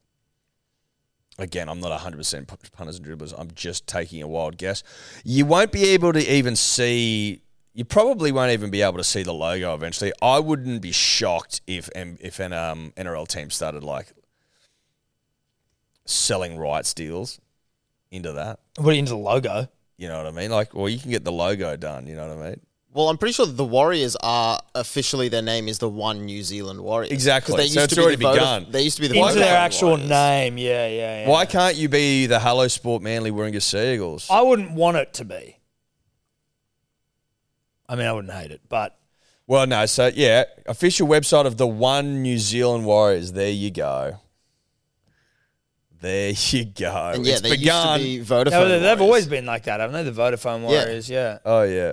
C: Again, I'm not 100 percent punters and dribblers. I'm just taking a wild guess. You won't be able to even see. You probably won't even be able to see the logo eventually. I wouldn't be shocked if M- if an um, NRL team started like selling rights deals into that.
B: What into the logo?
C: You know what I mean? Like, well, you can get the logo done. You know what I mean?
D: Well, I'm pretty sure the Warriors are officially their name is the One New Zealand Warriors. 'Cause
C: Exactly.
D: They
C: So
D: used
C: it's
D: to be
C: already
D: the Vodaf-
C: begun.
D: They used to be the
B: Into their
D: Vodafone
B: actual
D: Warriors.
B: name, yeah, yeah, yeah.
C: Why can't you be the Hello Sport Manly Warringah Seagulls?
B: I wouldn't want it to be. I mean, I wouldn't hate it, but
C: Well, no. So yeah, official website of the one New Zealand Warriors. There you go. There you go.
D: And yeah,
C: it's
D: they
C: begun.
D: used to be Vodafone.
B: No, they- they've
D: Warriors.
B: always been like that, haven't they? The Vodafone
D: Yeah.
B: Warriors, yeah. Is
C: oh yeah.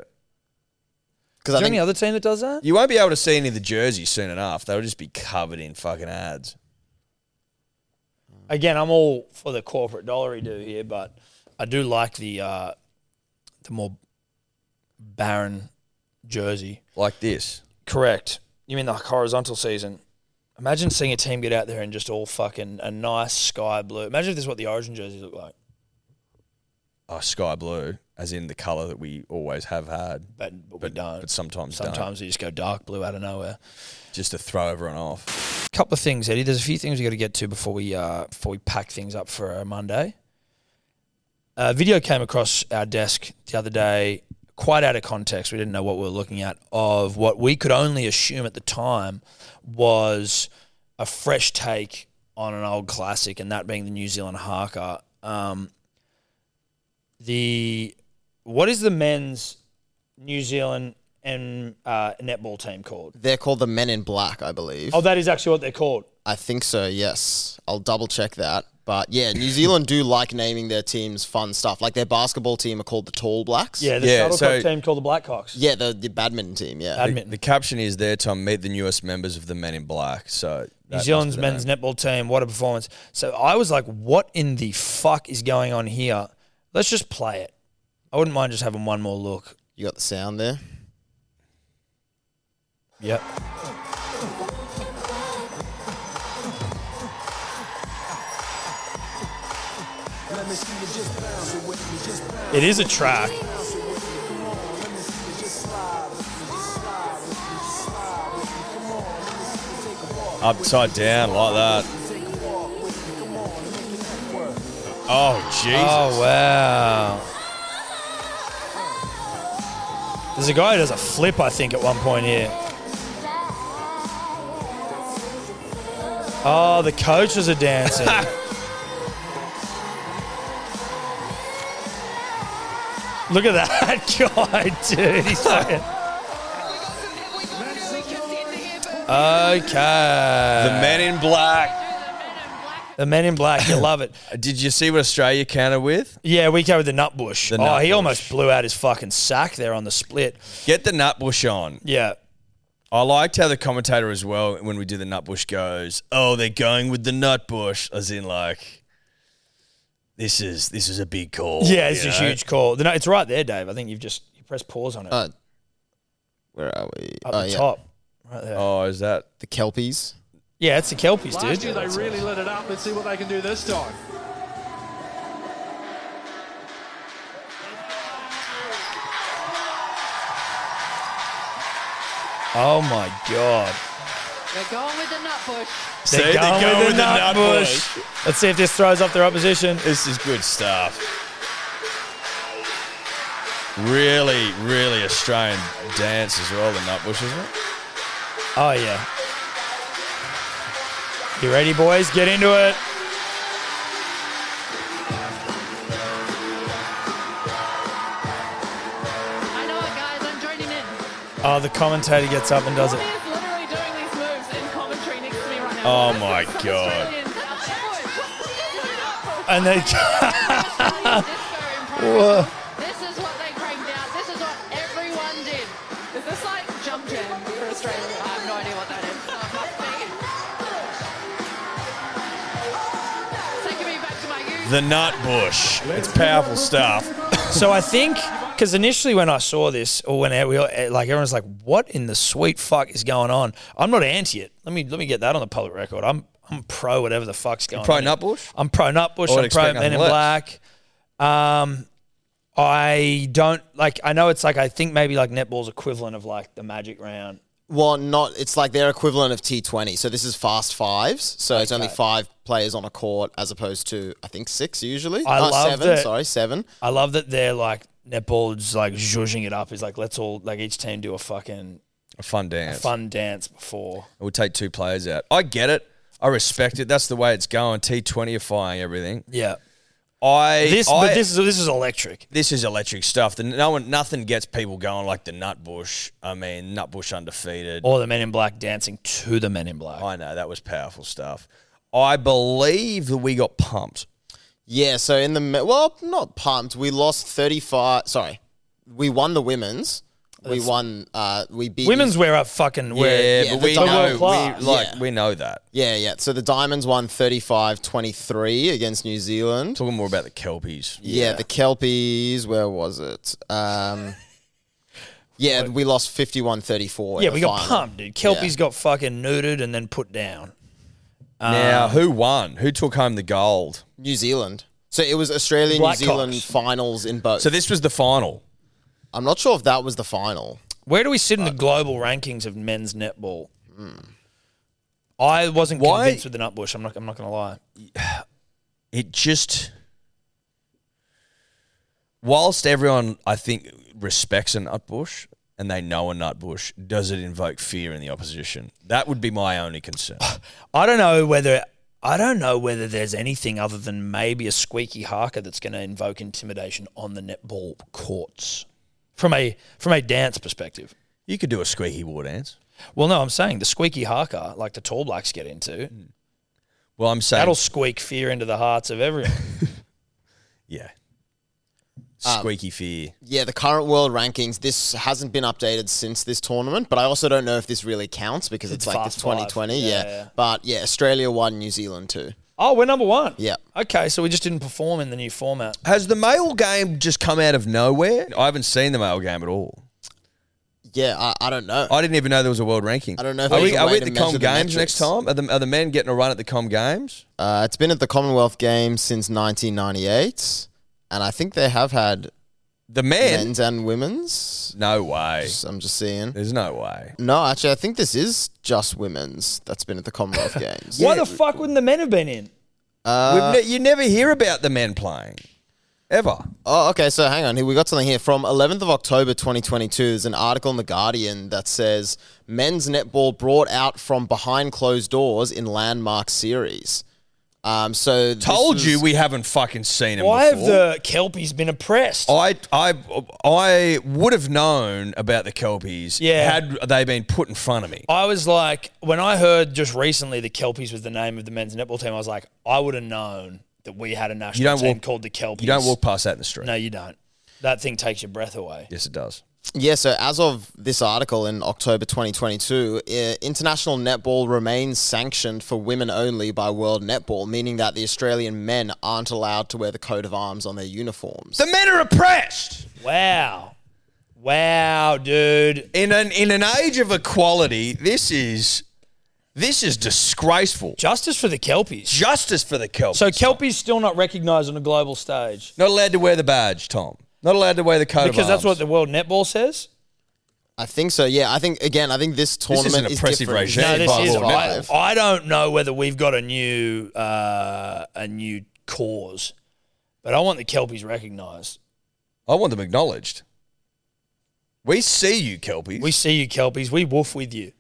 D: 'Cause I
B: there
D: think
B: any other team that does that?
C: You won't be able to see any of the jerseys soon enough. They'll just be covered in fucking ads.
B: Again, I'm all for the corporate dollary do here, but I do like the uh, the more barren jersey.
C: Like this.
B: Correct. You mean the horizontal season? Imagine seeing a team get out there and just all fucking a nice sky blue. Imagine if this is what the Origin jerseys look like,
C: Oh, sky blue, as in the colour that we always have had.
B: but, but,
C: But
B: we don't.
C: But sometimes, don't.
B: Sometimes you just go dark blue out of nowhere.
C: Just to throw everyone off.
B: couple of things, Eddie. There's a few things we got to get to before we uh, before we pack things up for uh, Monday. A video came across our desk the other day, quite out of context. We didn't know what we were looking at. Of what we could only assume at the time was a fresh take on an old classic, and that being the New Zealand Haka. Um, the what is the men's New Zealand and uh, netball team called?
D: they're called the Men in Black, I believe.
B: Oh, that is actually what they're called.
D: I think so. Yes, I'll double check that. But yeah, New Zealand do like naming their teams fun stuff. Like their basketball team are called the Tall Blacks.
B: Yeah, the
C: Yeah,
B: shuttlecock
C: so-
B: team called the Blackhawks.
D: yeah, the, the badminton team. Yeah,
B: Badminton.
C: The caption is there, Tom. Meet the newest members of the Men in Black. So
B: New Zealand's men's netball team. What a performance! So I was like, "What in the fuck is going on here?" Let's just play it. I wouldn't mind just having one more look.
D: you got the sound there.
B: Yep. It is a track.
C: upside down like that. Oh Jesus!
B: Oh wow! There's a guy who does a flip, I think, at one point here. Oh, the coaches are dancing. Look at that guy, dude. He's fucking. Oh,
C: The
B: Okay.
C: Men in Black.
B: The men in black, you love it.
C: Did you see what Australia counter with?
B: Yeah, we go with the nut bush.
C: The
B: oh,
C: nut
B: he
C: bush.
B: almost blew out his fucking sack there on the split.
C: Get the nutbush on.
B: Yeah.
C: I liked how the commentator as well when we did the nutbush goes, "Oh, they're going with the nutbush," as in like, this is this is a big call.
B: Yeah, it's
C: you
B: a
C: know? Oh,
B: huge call. No, it's right there, Dave. I think you've just you press pause on it
D: Uh, where are we?
B: up
D: oh
B: the
D: yeah,
B: top, right there.
C: Oh, is that?
D: the Kelpies.
B: Yeah, it's the Kelpies, dude.
E: Last year they really lit it up. Let's see what they can do this time.
B: Oh my god.
F: They're going with the nut bush.
C: See, they're going with the nutbush.
B: Let's see if this throws off their opposition.
C: This is good stuff. Really, really Australian dance as well. The nutbush, isn't it?
B: Oh yeah. You ready, boys? Get into it.
F: I know it, guys. I'm joining in.
B: Oh, the commentator gets up and does it.
F: Tommy is literally doing these moves in commentary next to me right now.
C: Oh
F: This is
C: my
F: some
C: God.
F: Australian nut bush.
B: And they. Whoa.
F: This is what they cranked out. This is what everyone did. Is this like jump jam for Australia? I have no idea what that is. Oh, So it must be. Taking me back to my youth.
C: The nut bush. It's powerful stuff.
B: So I think Because initially, when I saw this, or when we eh, like everyone's like, "What in the sweet fuck is going on?" I'm not anti it. Let me let me get that on the public record. I'm I'm pro whatever the fuck's going
C: pro
B: on.
C: Nutbush?
B: I'm pro Nutbush. I'm
C: I would
B: pro
C: Oh, expect
B: Men in
C: nothing less.
B: Black. Um, I don't like. I know it's like I think maybe like netball's equivalent of like the Magic Round.
D: Well, not. It's like their equivalent of T20. So this is fast fives. So it's only five players on a court as opposed to I think six usually.
B: I
D: Uh,
B: loved
D: seven.
B: it.
D: Sorry, seven.
B: I love that they're like netball's like zhuzhing it up. Is like let's all like each team do a fucking
C: A fun dance.
B: fun dance before.
C: It would take two players out. I get it. I respect it. That's the way it's going. T20ifying everything.
B: Yeah.
C: I
B: This
C: I,
B: but this is this is electric.
C: this is electric stuff. The, no one, nothing gets people going like the Nutbush. I mean, Nutbush undefeated.
B: Or the Men in Black dancing to the Men in Black.
D: Oh,
C: I know that was powerful stuff. I believe that we got pumped.
D: Yeah. So in the me- well, not pumped. We lost 35. Sorry, we won the women's. We won. Uh, we beat.
B: Women's wear up fucking wear.
C: Yeah,
D: yeah,
C: but
D: the
C: we
D: Diamond-
C: know,
B: World
C: we, like
D: class.
C: we know that.
D: Yeah, yeah. So the Diamonds won 35-23 against New Zealand.
C: Talking more about the Kelpies.
D: Yeah, the Kelpies. Where was it? Um, yeah, we lost 51-34. in
B: Yeah,
D: the
B: we got
D: final.
B: pumped, dude. Kelpie's got fucking neutered and then put down.
D: Um,
C: now, who won? Who took home the gold?
D: New Zealand. So it was Australia
B: Black
D: New Zealand
B: Cocks.
D: finals in both.
C: So this was the final.
D: I'm not sure if that was the final.
B: Where do we sit in the global rankings of men's netball?
D: Hmm.
B: I wasn't
C: Why-
B: convinced with the Nutbush. I'm not. I'm not going to lie.
C: it just whilst everyone I think respects a nutbush and they know a nutbush, does it invoke fear in the opposition? That would be my only concern.
B: I don't know whether I don't know whether there's anything other than maybe a squeaky harker that's going to invoke intimidation on the netball courts from a from a dance perspective.
C: you could do a squeaky war dance.
B: Well, no, I'm saying the squeaky harker, like the tall blacks get into,
C: Well, I'm saying
B: that'll squeak fear into the hearts of everyone.
C: yeah,
D: Um,
C: squeaky fear.
D: Yeah, the current world rankings. This hasn't been updated since this tournament, but I also don't know if this really counts because it's,
B: It's
D: like
B: fast
D: it's 2020.
B: five.
D: Yeah,
B: Yeah, yeah.
D: but yeah, Australia won, New Zealand too.
B: oh, we're number one.
D: Yeah.
B: Okay, so we just didn't perform in the new format.
C: Has the male game just come out of nowhere? I haven't seen the male game at all.
D: Yeah, I, I don't know.
C: I didn't even know there was a world ranking.
D: I don't know if
C: Are
D: there's
C: we,
D: a
C: are
D: way
C: we at
D: to
C: the Com
D: measure the
C: Games
D: metrics.
C: next time? Are the, are the men getting a run at the Com Games?
D: Uh, it's been at the Commonwealth Games since 1998, and I think they have had
C: The men?
D: men's and women's.
C: No way.
D: So I'm just seeing.
C: There's no way.
D: No, actually, I think this is just women's that's been at the Commonwealth Games.
B: Why the fuck wouldn't the men have been in?
C: We've ne- you never hear about the men playing, ever.
D: Uh, Oh, okay. So hang on. Here we got something here from 11th of October 2022. There's an article in the Guardian that says men's netball brought out from behind closed doors in landmark series. Um, so this
C: Told you
D: was-
C: we haven't fucking seen them.
B: Why have
C: before. Oh.
B: the Kelpies been oppressed?
C: I I I would have known about the Kelpies
B: Yeah. Oh,
C: had they been put in front of me.
B: I was like, when I heard just recently the Kelpies was the name of the men's netball team, I was like, I would have known that we had a national
C: don't
B: team
C: walk-
B: called the Kelpies.
C: You don't walk past that in the street.
B: No, you don't. That thing takes your breath away.
C: Yes, it does.
D: Yeah, so as of this article in October 2022, uh, international netball remains sanctioned for women only by World Netball, meaning that the Australian men aren't allowed to wear the coat of arms on their uniforms.
C: The men are oppressed
B: Wow. Wow, dude.
C: in an in an age of equality. This is this is disgraceful.
B: Justice for the Kelpies.
C: Justice for the Kelpies.
B: So Kelpies still not recognized on a global stage
C: not allowed to wear the badge, Tom. Not allowed to wear the coat of
B: because that's what
C: arms.
B: the World Netball says.
D: I think so. Yeah, I think again, I think
C: is
D: this
C: an
D: tournament is
C: oppressive
D: different.
C: regime
B: No,
C: Yeah,
B: this
C: by
B: is.
C: World
B: I,
C: Netball.
B: I don't know whether we've got a new uh, a new cause, but I want the Kelpies recognized.
C: I want them acknowledged. We see you, Kelpies.
B: We see you, Kelpies. We woof with you.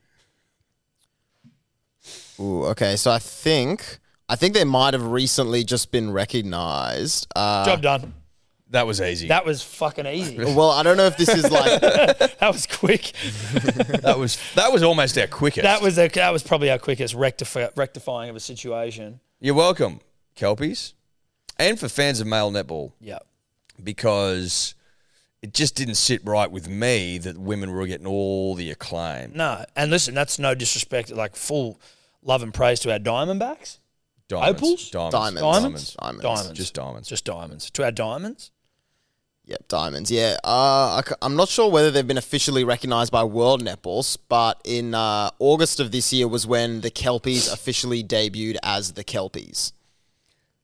D: Ooh, okay. So I think I think they might have recently just been recognized. Uh,
B: Job done.
C: that was easy.
B: That was fucking easy.
D: well, I don't know if this is like
B: That was quick.
C: That was that was almost our quickest.
B: That was a, that was probably our quickest rectifi- rectifying of a situation.
C: You're welcome, Kelpies, and for fans of male netball
B: Yeah.
C: because it just didn't sit right with me that women were getting all the acclaim.
B: No, and listen, that's no disrespect. Like full love and praise to our Diamondbacks,
C: Diamonds,
B: Opals?
C: diamonds,
D: diamonds.
B: diamonds,
D: Diamonds.
B: diamonds,
C: just diamonds.
B: just diamonds. To our diamonds,
D: Yep, diamonds. Yeah, uh, I, am not sure whether they've been officially recognised by World Netballs, but in uh, August of this year was when the Kelpies officially debuted as the Kelpies.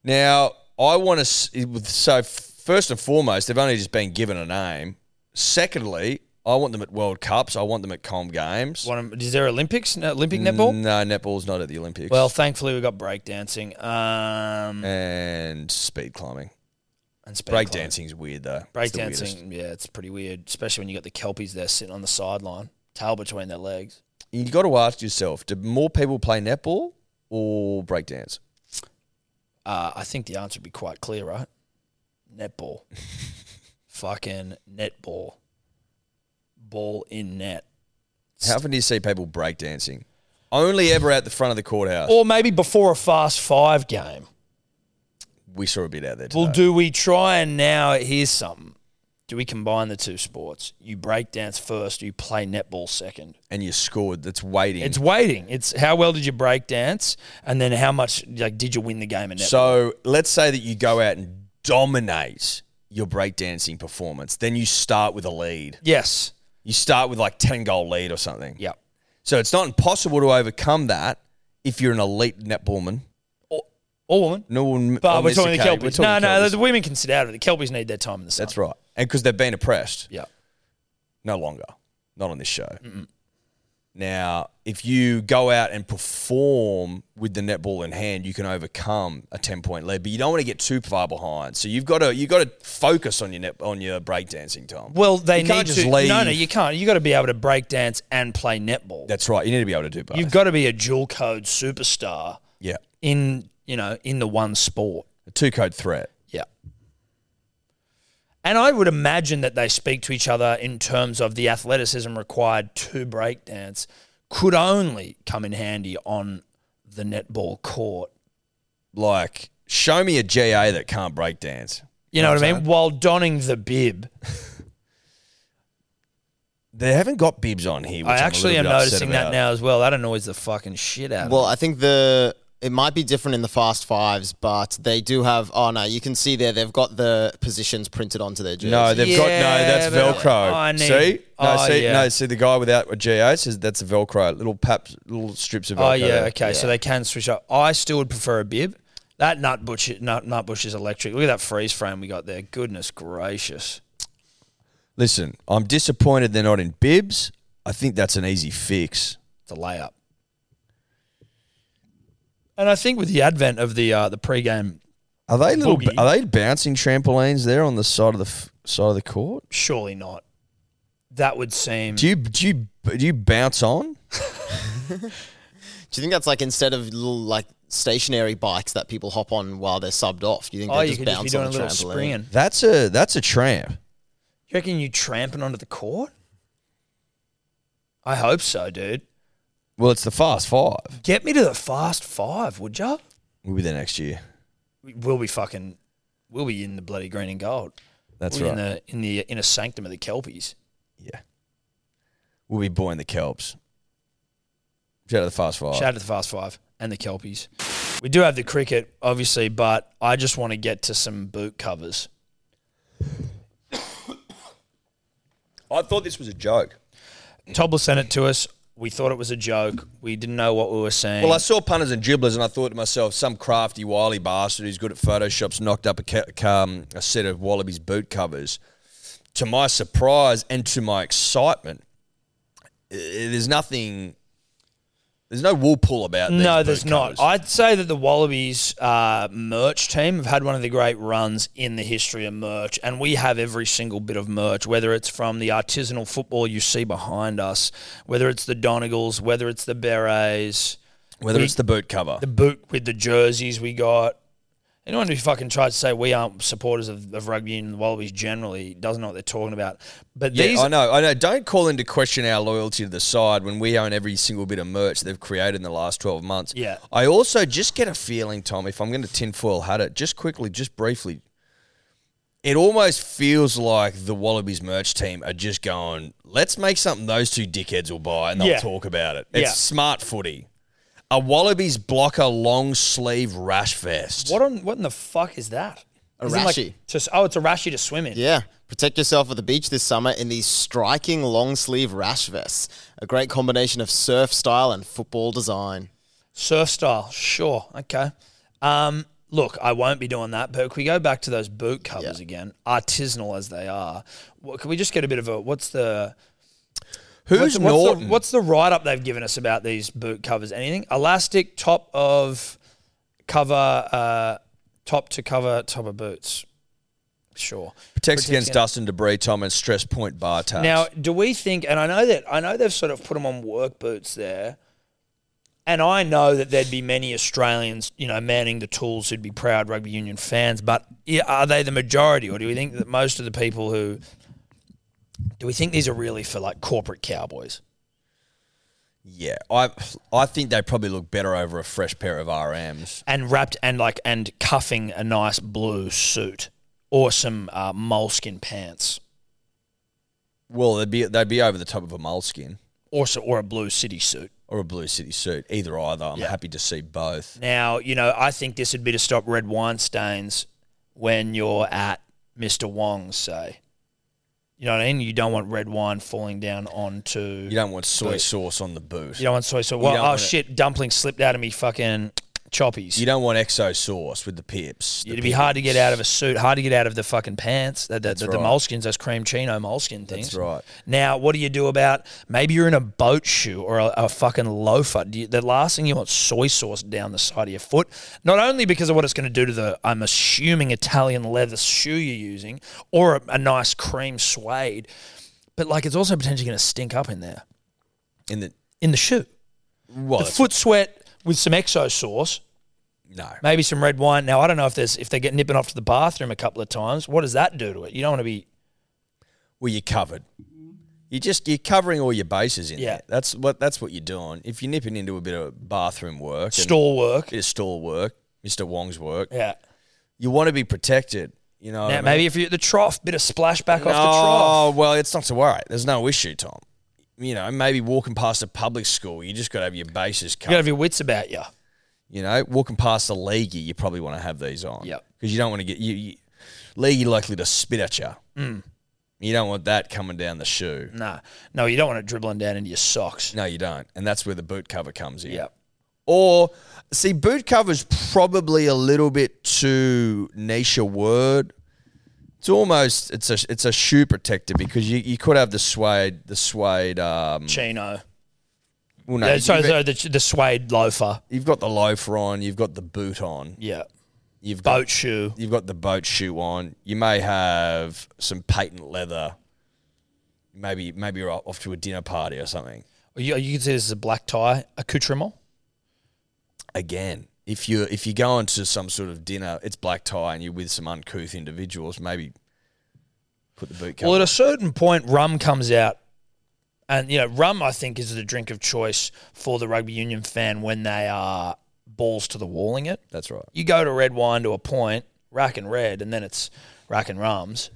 C: Now, I want to. So, first and foremost, they've only just been given a name. Secondly, I want them at World Cups. I want them at Com Games.
B: One of- is there Olympics? No, Olympic netball?
C: No, netball's not at the Olympics.
B: Well, thankfully we got breakdancing um,
C: and speed climbing.
B: and speed climbing.
C: Breakdancing's weird though. It's the weirdest.
B: Breakdancing, yeah, it's pretty weird, especially when you got the kelpies there sitting on the sideline, tail between their legs.
C: You got to ask yourself: Do more people play netball or breakdance?
B: Uh, I think the answer would be quite clear, right? Netball, fucking netball, ball in net,
C: How often do you see people breakdancing? Only ever out the front of the courthouse.
B: or maybe before a fast five game.
C: we saw a bit out there. Today.
B: Well, do we try and now? Here's something. Do we combine the two sports? You break dance first, you play netball second.
C: and you scored. That's waiting.
B: It's waiting. It's how well did you break dance, and then how much like did you win the game in netball?
C: So let's say that you go out and dominate your breakdancing performance. Then you start with a lead.
B: yes,
C: You start with like 10 goal lead or something.
B: yep.
C: So it's not impossible to overcome that if you're an elite netballman.
B: Or, or woman,
C: No one.
B: but
C: on
B: we're
C: this
B: talking the
C: occasion-
B: Kelpies.
C: we're talking
B: no, no,
C: Kelpies.
B: the women can sit out of it. The Kelpies need their time in the sun.
C: That's right. And because they've been oppressed.
B: Yeah,
C: No longer. Not on this show. Now, if you go out and perform with the netball in hand, you can overcome a ten point lead, but you don't want to get too far behind. So you've got to you've got to focus on your net on your breakdancing time.
B: Well, they
C: You
B: need
C: can't just
B: to.
C: leave.
B: No, no, you can't. You got to be able to break dance and play netball.
C: That's right. You need to be able to do both.
B: You've got to be a dual code superstar
C: yeah,
B: in you know in the one sport.
C: a two code threat.
B: Yeah. And I would imagine that they speak to each other in terms of the athleticism required to breakdance could only come in handy on the netball court.
C: Like, show me a GA that can't breakdance.
B: You know what I mean? While donning the bib,
C: They haven't got bibs on here. Which
B: I
C: I'm a
B: actually am
C: little bit upset
B: noticing that
C: about.
B: now as well. That annoys the fucking shit out
D: Well,
B: of me.
D: I think the it might be different in the fast fives, but they do have. Oh no, you can see there they've got the positions printed onto their jersey.
C: No, they've got no. That's
B: Yeah, but
C: Velcro.
B: I need-
C: see, no,
B: Oh,
C: see,
B: yeah.
C: no, see. The guy without a GA says that's a Velcro. Little pap, little strips of Velcro.
B: Oh yeah, okay. So they can switch up. I still would prefer a bib. That nut butcher, nut nut bush is electric. Look at that freeze frame we got there. Goodness gracious.
C: Listen, I'm disappointed they're not in bibs. I think that's an easy fix.
B: It's a layup. And I think with the advent of the uh, the pregame,
C: Are they little?
B: Boogie.
C: Are they bouncing trampolines there on the side of the f- side of the court?
B: surely not. That would seem.
C: Do you do you do you bounce on?
D: Do you think that's like instead of little like stationary bikes that people hop on while they're subbed off? Do you think
B: oh,
D: they
B: you
D: just
B: could just be
D: bounce
B: doing a
D: on the
B: little
D: trampoline?
B: springing.
C: That's a that's a tramp.
B: You reckon you tramping onto the court? I hope so, dude.
C: Well, it's the fast five.
B: Get me to the fast five, would ya?
C: We'll be there next year.
B: We'll be fucking. We'll be in the bloody green and gold.
C: That's
B: we'll
C: right.
B: be In the in the inner sanctum of the Kelpies.
C: yeah, we'll be boying the kelps. Shout out to the fast five.
B: Shout out to the Fast Five and the Kelpies. We do have the cricket, obviously, but I just want to get to some boot covers.
C: I thought this was a joke.
B: Tobler sent it to us. We thought it was a joke. We didn't know what we were saying.
C: Well, I saw punters and dribblers, and I thought to myself, some crafty, wily bastard who's good at Photoshop's knocked up a, ca- um, a set of Wallabies boot covers. To my surprise and to my excitement, i- there's nothing. There's no wool pull about. these
B: no,
C: boot
B: there's not.
C: covers.
B: I'd say that the Wallabies uh, merch team have had one of the great runs in the history of merch, and we have every single bit of merch, whether it's from the artisanal football you see behind us, whether it's the Donegals, whether it's the Berets.
C: Whether
B: we-
C: it's the boot cover,
B: the boot with the jerseys we got. Anyone who fucking tries to say we aren't supporters of, of rugby union and the Wallabies generally doesn't know what they're talking about. But
C: yeah,
B: these,
C: I know, I know. Don't call into question our loyalty to the side when we own every single bit of merch they've created in the last twelve months.
B: Yeah.
C: I also just get a feeling, Tom, if I'm going to tinfoil hat it, just quickly, just briefly, it almost feels like the Wallabies merch team are just going, let's make something those two dickheads will buy and they'll
B: Yeah.
C: talk about it. It's
B: Yeah.
C: smart footy. A Wallabies blocker long sleeve rash vest.
B: what on what in the fuck is that?
D: A
B: Isn't like
D: rashi.
B: to s- oh, it's a rashi to swim in.
D: Yeah, Protect yourself at the beach this summer in these striking long sleeve rash vests, a great combination of surf style and football design.
B: Surf style, sure, okay. Um, look, I won't be doing that. But if we go back to those boot covers
D: Yeah.
B: again, artisanal as they are, what, can we just get a bit of a what's the
C: Who's
B: what's, what's
C: Norton?
B: The, what's the write up they've given us about these boot covers? Anything elastic top of cover, uh, top to cover top of boots. Sure.
C: protects against
B: against-
C: dust and debris, Tom, and stress point bar tabs.
B: Now, do we think? And I know that I know they've sort of put them on work boots there, and I know that there'd be many Australians, you know, manning the tools who'd be proud rugby union fans. But i- are they the majority, or do we think that most of the people who do we think these are really for like corporate cowboys?
C: yeah, I I think they probably look better over a fresh pair of RMs.
B: and wrapped and like and cuffing a nice blue suit or some uh, moleskin pants
C: Well, they'd be they'd be over the top of a moleskin
B: or so, or a blue city suit.
C: or a blue city suit. Either either, I'm
B: Yeah.
C: happy to see both.
B: Now you know I think this would be to stop red wine stains when you're at Mr Wong's. Say, you know what I mean? You don't want red wine falling down onto.
C: You don't want soy
B: Boot.
C: sauce on the boot.
B: You don't want soy sauce.
C: don't
B: Well, oh
C: want it.
B: shit! Dumpling slipped out of me fucking choppies.
C: You don't want exo sauce with the pips. the
B: It'd be hard to get
C: pips.
B: out of a suit, hard to get out of the fucking pants, the, the, the, the
C: right.
B: moleskins, those cream chino moleskin things.
C: That's right.
B: Now, what do you do about maybe you're in a boat shoe or a, a fucking loafer? Do you, the last thing you want soy sauce down the side of your foot, not only because of what it's going to do to the, I'm assuming Italian leather shoe you're using, or a, a nice cream suede, but like it's also potentially going to stink up in there
C: in the
B: in the shoe.
C: well,
B: The foot sweat with some exo sauce
C: no.
B: maybe some red wine. Now I don't know if there's if they get nipping off to the bathroom a couple of times. What does that do to it? You don't want to be
C: Well, you're covered. You just you're covering all your bases in
B: Yeah.
C: there. That's what that's what you're doing. If you're nipping into a bit of bathroom work, and
B: store work.
C: bit of store work, Mr. Wong's work,
B: Yeah.
C: you want to be protected. You know, what I
B: Now
C: mean?
B: maybe if you're at the trough, bit of splash back
C: Oh, no,
B: off
C: well, it's not to worry. There's no issue, Tom. You know, maybe walking past a public school, you just got to have your bases
B: the trough. You gotta
C: covered.
B: have your wits about you.
C: you know, walking past the leaguey, you probably want to have these on.
B: Yep.
C: Because you don't want to get you, you leaguey likely to spit at you.
B: Mm.
C: You don't want that coming down the shoe.
B: Nah. No, you don't want it dribbling down into your socks.
C: No, you don't. And that's where the boot cover comes in.
B: Yeah.
C: Or see, boot cover's probably a little bit too niche a word. It's almost it's a it's a shoe protector because you, you could have the suede the suede um
B: Chino.
C: well, no,
B: Yeah, sorry,
C: you've,
B: sorry, the, the suede loafer.
C: you've got the loafer on, you've got the boot on,
B: Yeah.
C: you've got
B: Boat shoe.
C: you've got the boat shoe on. You may have some patent leather. Maybe maybe you're off to a dinner party or something.
B: Or You, you consider this as a black tie accoutrement?
C: again. If you if you go into some sort of dinner, it's black tie, and you're with some uncouth individuals, maybe put the boot cover.
B: Well, at a certain point, rum comes out, and you know, rum I think is the drink of choice for the rugby union fan when they are balls to the walling it.
C: That's right.
B: You go to red wine to a point, rack and red, and then it's rack and rums.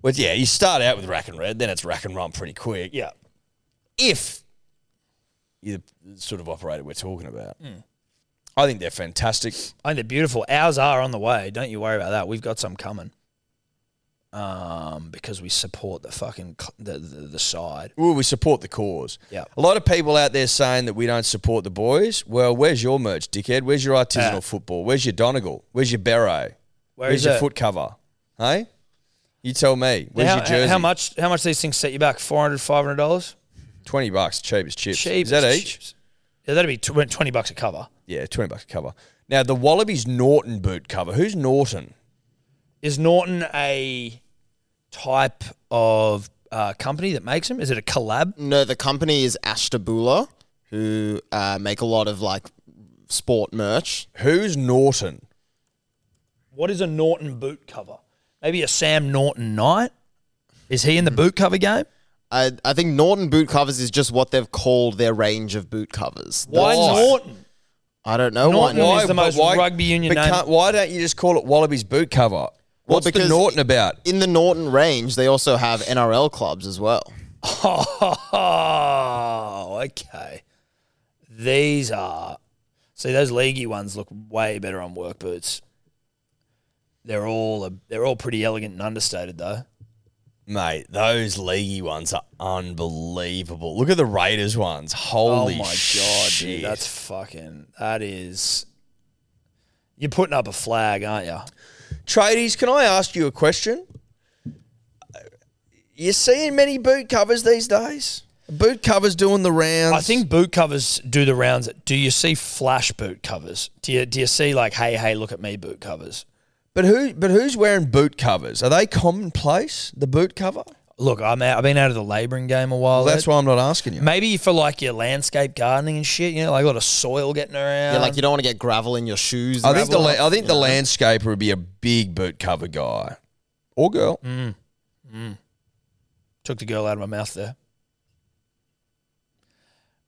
C: Well, yeah, you start out with rack and red, then it's rack and rum pretty quick.
B: Yeah,
C: If you're the sort of operator we're talking about,
B: Mm.
C: I think they're fantastic.
B: I think they're beautiful. Ours are on the way. Don't you worry about that. We've got some coming. Um, because we support the fucking cl- the the, the side.
C: Well, we support the cause.
B: Yeah.
C: A lot of people out there saying that we don't support the boys. Well, where's your merch, dickhead? Where's your artisanal
B: Ah.
C: football? Where's your Donegal? Where's your beret?
B: Where
C: Where's
B: is
C: your
B: it?
C: foot cover? Hey? You tell me.
B: Now,
C: Where's
B: how,
C: your jersey?
B: how much? How much these things set you back? 400 500 dollars.
C: Twenty bucks, cheap as chips.
B: Cheap.
C: Is that
B: as
C: each?
B: chips. Yeah, that'd be tw- twenty bucks a cover.
C: Yeah, twenty bucks a cover. Now the Wallabies Norton boot cover. Who's Norton?
B: Is Norton a type of uh, company that makes them? Is it a collab?
D: No, the company is Ashtabula, who uh, make a lot of like sport merch.
C: Who's Norton?
B: What is a Norton boot cover? Maybe a Sam Norton Knight? Is he in the boot cover game?
D: I, I think Norton boot covers is just what they've called their range of boot covers.
B: Why Norton?
D: I don't know
B: Norton
D: why.
B: is the
C: but
B: most rugby union
C: but
B: name.
C: can't- Why don't you just call it Wallabies boot cover? What's the
D: because-
C: Norton about?
D: In the Norton range, they also have NRL clubs as well.
B: Oh, okay. These are. See, those leaguey ones look way better on work boots. They're all a, they're all pretty elegant and understated though.
C: Mate, those leaguey ones are unbelievable. Look at the Raiders ones. Holy
B: oh my god,
C: shit.
B: dude, that's fucking. That is. You're putting up a flag, aren't you?
C: Tradies, can I ask you a question? You seeing many boot covers these days? Boot covers doing the rounds.
B: I think boot covers do the rounds. Do you see flash boot covers? Do you do you see like, hey, hey, look at me, boot covers?
C: But who? But who's wearing boot covers? Are they commonplace? The boot cover.
B: Look, I'm out, I've been out of the labouring game a while.
C: Well, that's
B: Ed.
C: why I'm not asking you.
B: Maybe for like your landscape gardening and shit, you know, like a lot of soil getting around.
D: Yeah, like you don't want to get gravel in your shoes.
C: Um, I think the
D: gravel.
C: la- I think the landscaper would be a big boot cover guy or girl.
B: took the girl out of my mouth there.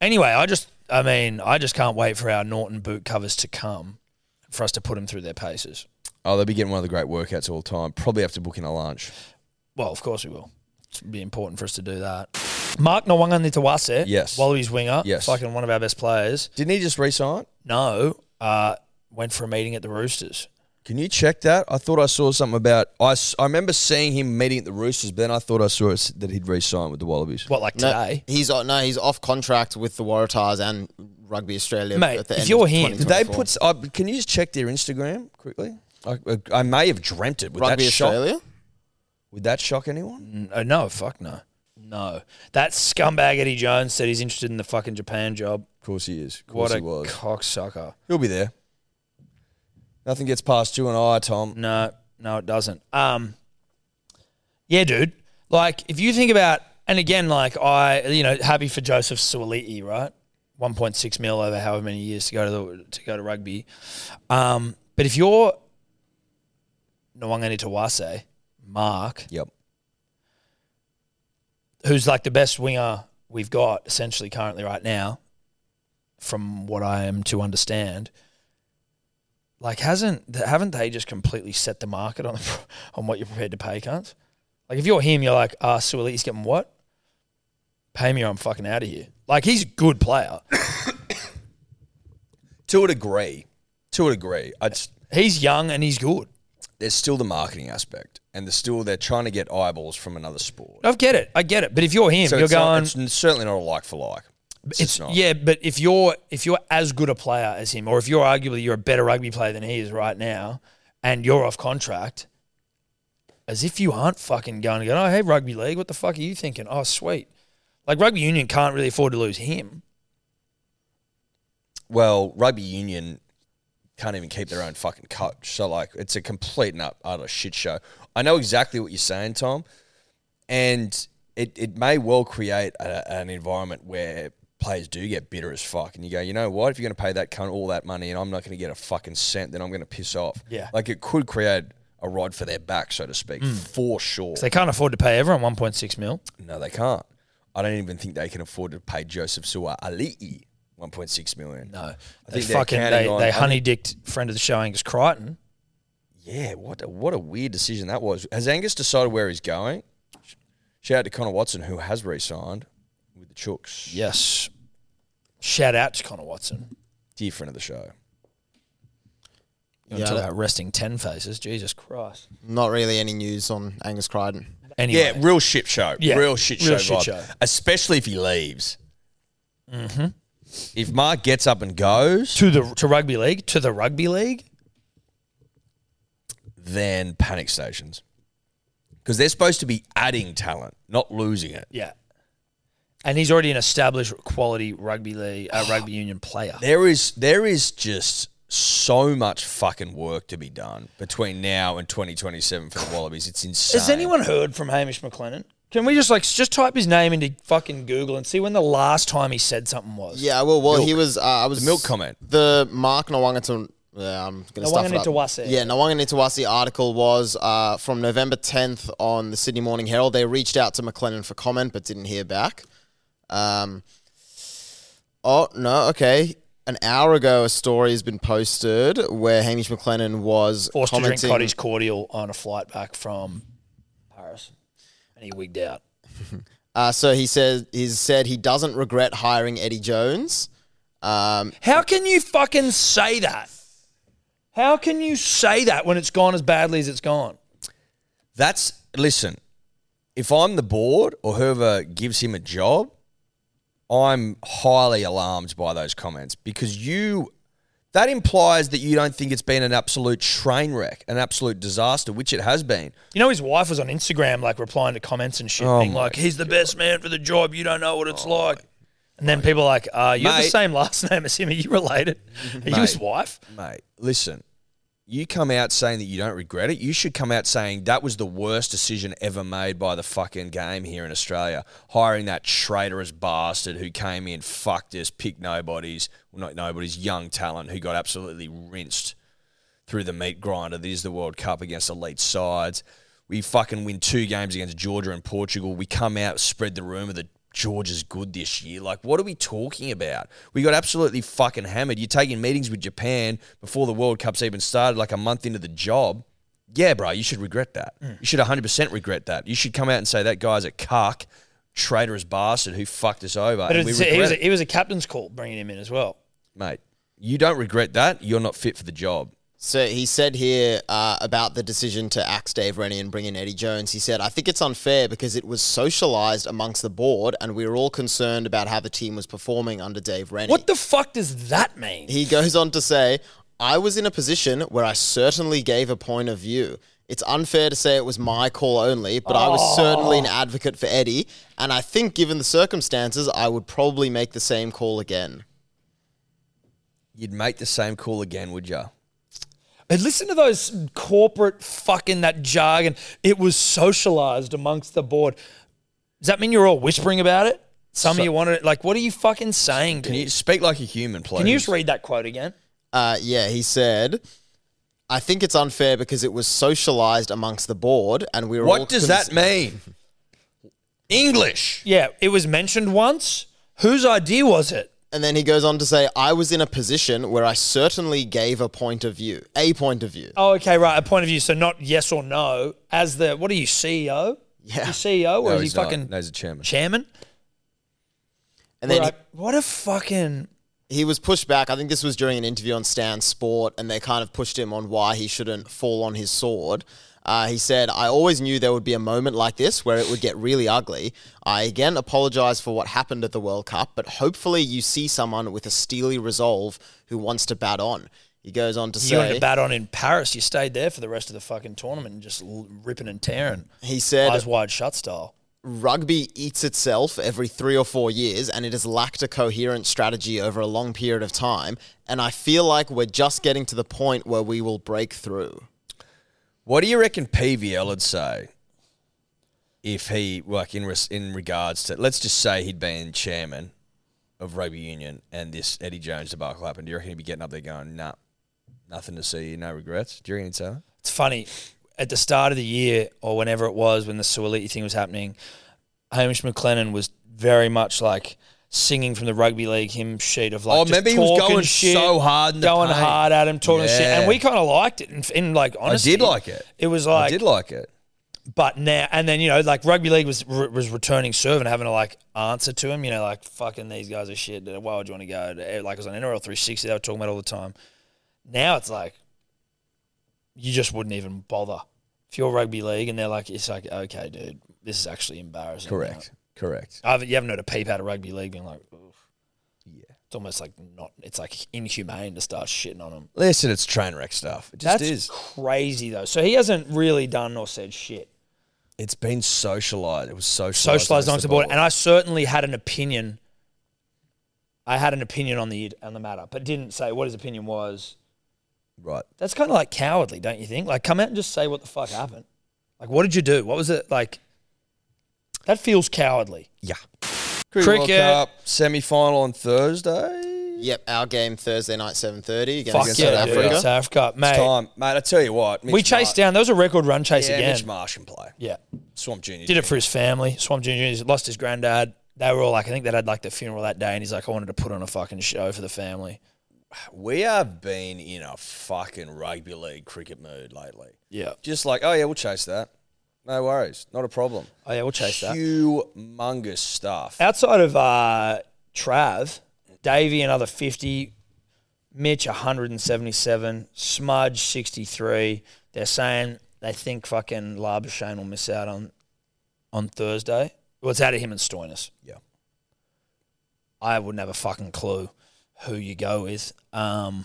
B: Anyway, I just, I mean, I just can't wait for our Norton boot covers to come, for us to put them through their paces.
C: Oh, they'll be getting one of the great workouts of all time. Probably have to book in a lunch.
B: Well, of course we will. It's be important for us to do that. Mark Nwanga Nitawase,
C: Yes.
B: Wallabies eh? winger,
C: Yes.
B: fucking one of our best players.
C: Didn't he just resign?
B: No, uh, went for a meeting at the Roosters.
C: Can you check that? I thought I saw something about. I, s- I remember seeing him meeting at the Roosters, but then I thought I saw it, that he'd re-sign with the Wallabies.
B: What, like
D: No,
B: today?
D: he's on, no, he's off contract with the Waratahs and Rugby Australia.
B: Mate,
D: at the
B: if
D: end of
B: you're him-
C: Did they
D: 2024.
C: put? s- Uh, can you just check their Instagram quickly? I, I may have dreamt it. Would
D: Rugby
C: that shock?
D: Australia?
C: Would that shock anyone?
B: N- uh, no, fuck no. No. That scumbag Eddie Jones said he's interested in the fucking Japan job.
C: Of course he is. Of course
B: What a
C: he was.
B: cocksucker.
C: He'll be there. Nothing gets past you and I, Tom.
B: No, no, it doesn't. Um, yeah, dude. Like, if you think about, and again, like I, you know, happy for Joseph Suoliti, right? One point six mil over however many years to go to the, to go to rugby. Um, but if you're Nwangani Tawase, Mark,
C: Yep.
B: who's like the best winger we've got essentially currently right now, from what I am to understand. Like, hasn't th- haven't they just completely set the market on on what you're prepared to pay, cunts? Like, if you're him, you're like, ah, Suoliti's getting what? Pay me, or I'm fucking out of here. Like, he's a good player.
C: To a degree. To a degree. I just,
B: He's young and he's good.
C: there's still the marketing aspect, and there's still they're trying to get eyeballs from another sport.
B: I get it. I get it. But if you're him,
C: so
B: you're
C: it's,
B: going.
C: not, it's n- certainly not a like for like.
B: It's
C: It's, just not.
B: yeah, but if you're if you're as good a player as him, or if you're arguably you're a better rugby player than he is right now, and you're off contract, as if you aren't fucking going to go, oh hey rugby league, what the fuck are you thinking? Oh sweet, like rugby union can't really afford to lose him.
C: Well, rugby union can't even keep their own fucking coach. So like, it's a complete and ut- utter shit show. I know exactly what you're saying, Tom, and it it may well create a, an environment where players do get bitter as fuck, and you go, you know what? If you're going to pay that cunt all that money, and I'm not going to get a fucking cent, then I'm going to piss off.
B: Yeah. Hmm.
C: like it could create. A rod for their back, so to speak, for sure.
B: They can't afford to pay everyone one point six mil.
C: No, they can't. I don't even think they can afford to pay Joseph Sua Ali'i 1.6 million.
B: No,
C: I
B: they
C: think they're
B: fucking
C: counting
B: they,
C: on-
B: they
C: I
B: honey dicked friend of the show Angus Crichton.
C: Yeah, what a, what a weird decision that was. Has Angus decided where he's going? Shout out to Connor Watson, who has re-signed with the Chooks.
B: Yes, shout out to Connor Watson.
C: Dear friend of the show.
B: You want
D: Yeah,
B: to talk
D: that-
B: about resting ten faces? Jesus Christ.
D: Not really any news on Angus Crichton.
B: Anyway,
C: Yeah, real shit show.
B: Yeah,
C: real shit show
B: real shit
C: vibe.
B: show.
C: Especially if he leaves. Mm-hmm. If Mark gets up and goes,
B: to the to rugby league to the rugby league.
C: then panic stations. Because they're supposed to be adding talent, not losing it.
B: Yeah. And he's already an established quality rugby league, uh, rugby union player.
C: There is there is just so much fucking work to be done between now and 2027 for the Wallabies. It's insane.
B: Has anyone heard from Hamish McLennan? Can we just like s- just type his name into fucking Google and see when the last time he said something was?
D: Yeah, well, well, he
C: Milk.
D: was. Uh, I was
C: The milk comment.
D: The Mark Nwangaton. Yeah, I'm gonna stuff it up.
B: Nwanganitawase.
D: Yeah, Nwanganitawase article was uh, from November 10th on the Sydney Morning Herald. They reached out to McLennan for comment, but didn't hear back. Um, oh no, okay. An hour ago, a story has been posted where Hamish McLennan was
B: Forced to drink
D: commenting.
B: cottage cordial on a flight back from Paris, and he wigged out.
D: Uh, so he said he said he doesn't regret hiring Eddie Jones. Um,
B: How can you fucking say that? How can you say that when it's gone as badly as it's gone?
C: That's listen. if I'm the board or whoever gives him a job, I'm highly alarmed by those comments because you that implies that you don't think it's been an absolute train wreck, an absolute disaster, which it has been.
B: You know, his wife was on Instagram, like replying to comments and shit,
C: Oh
B: being
C: my Oh
B: like, "He's the best man for the job. You don't know what it's like." And then people are like, uh, "You're the
C: Mate.
B: same last name as him. Are you related? Are you his
C: Mate.
B: wife?"
C: Mate, listen. You come out saying that you don't regret it. You should come out saying that was the worst decision ever made by the fucking game here in Australia. Hiring that traitorous bastard who came in, fucked us, picked nobodies, well, not nobodies, young talent who got absolutely rinsed through the meat grinder that is the World Cup against elite sides. We fucking win two games against Georgia and Portugal. We come out, spread the rumour that Georgia's good this year. Like, what are we talking about? We got absolutely fucking hammered. You're taking meetings with Japan before the World Cup's even started, like a month into the job. Yeah, bro, you should regret that.
B: Hmm.
C: You should 100% regret that. You should come out and say that guy's a cuck, traitorous bastard who fucked us over.
B: But
C: and we
B: it's, it, was
C: regret
B: a, it was a captain's call bringing him in as well.
C: Mate, you don't regret that. You're not fit for the job.
D: So he said here uh, about the decision to axe Dave Rennie and bring in Eddie Jones. He said, I think it's unfair because it was socialized amongst the board and we were all concerned about how the team was performing under Dave Rennie.
B: What the fuck does that mean?
D: He goes on to say, I was in a position where I certainly gave a point of view. It's unfair to say it was my call only, but I was certainly an advocate for Eddie, and I think given the circumstances, I would probably make the same call again.
C: You'd make the same call again, would you?
B: But listen to those corporate fucking that jargon. It was socialized amongst the board. Does that mean you're all whispering about it? Some of you wanted it. Like, what are you fucking saying?
C: Can
B: dude?
C: you speak like a human, please?
B: Can you just read that quote again?
D: Uh, yeah, he said, I think it's unfair because it was socialized amongst the board, and we were all
C: What does
D: cons-
C: that mean? English.
B: Yeah, it was mentioned once. Whose idea was it?
D: And then he goes on to say, I was in a position where I certainly gave a point of view, a point of view.
B: Oh, okay, right. A point of view. So not yes or no. As the what are you CEO?
D: Yeah.
B: You CEO or
C: No,
B: Oh, is he
C: he's not.
B: fucking
C: No, he's a chairman.
B: chairman?
D: And then
B: Right. what a fucking
D: he was pushed back. I think this was during an interview on Stan Sport, and they kind of pushed him on why he shouldn't fall on his sword. Uh, he said, I always knew there would be a moment like this where it would get really ugly. I again apologize for what happened at the World Cup, but hopefully you see someone with a steely resolve who wants to bat on. He goes on to
B: you went
D: say,
B: to bat on in Paris. You stayed there for the rest of the fucking tournament and just l- ripping and tearing.
D: he said,
B: Eyes wide shut style.
D: rugby eats itself every three or four years and it has lacked a coherent strategy over a long period of time. And I feel like we're just getting to the point where we will break through.
C: What do you reckon PVL would say if he, like, in, res- in regards to, let's just say he'd been chairman of rugby union and this Eddie Jones debacle happened? Do you reckon he'd be getting up there going, nah, nothing to see, no regrets? Do you reckon he'd say that?
B: It's funny. At the start of the year, or whenever it was, when the Suoliti thing was happening, Hamish McLennan was very much like singing from the rugby league hymn sheet of like.
C: Oh,
B: just
C: remember he was
B: talking
C: going
B: shit,
C: so hard in the
B: going
C: paint.
B: hard at him, talking shit,
C: Yeah.
B: and we kind of liked it. And, and like honestly,
C: like it.
B: It was
C: I
B: like,
C: did like it.
B: but now and then you know, like rugby league was re- was returning serve and having to like answer to him. You know, like fucking these guys are shit. Why would you want to go? To, like it was on NRL 360. They were talking about it all the time. Now it's like you just wouldn't even bother if you're rugby league and they're like, it's like, okay, dude, this is actually embarrassing.
C: Correct. Correct.
B: I haven't, you haven't heard a peep out of rugby league being like, Oof. yeah, it's almost like not. It's like inhumane to start shitting on them.
C: Listen, it's train wreck stuff. It just
B: That's
C: is.
B: crazy though. So he hasn't really done or said shit.
C: It's been socialized. It was socialized.
B: socialized amongst the board, and I certainly had an opinion. I had an opinion on the on the matter, but didn't say what his opinion was.
C: right.
B: That's kind of like cowardly, don't you think? Like, come out and just say what the fuck happened. Like, what did you do? What was it like? That feels cowardly.
C: Yeah.
B: Cricket.
C: World Cup semi final on Thursday.
D: Yep, our game Thursday night, seven thirty against
B: Fuck
D: South
B: yeah, dude.
D: Africa.
B: South Africa, mate.
C: It's time, mate. I tell you what, Mitch
B: we chased
C: Mar-
B: down. That was a record run chase
C: Yeah, Mitch
B: again.
C: Marsh can play.
B: yeah,
C: Swamp Junior
B: did it for his family. Swamp Junior lost his granddad. They were all like, I think they had like the funeral that day, and he's like, I wanted to put on a fucking show for the family.
C: We have been in a fucking rugby league cricket mood lately.
B: Yeah.
C: Just like, oh yeah, we'll chase that. No worries, not a problem.
B: Oh yeah, we'll chase that.
C: Humongous stuff.
B: outside of uh, Trav, Davey another 50, Mitch 177, Smudge 63. They're saying they think fucking Labashane will miss out on on Thursday. Well, it's out of him and Stoinis.
C: Yeah.
B: I wouldn't have a fucking clue who you go with. Um,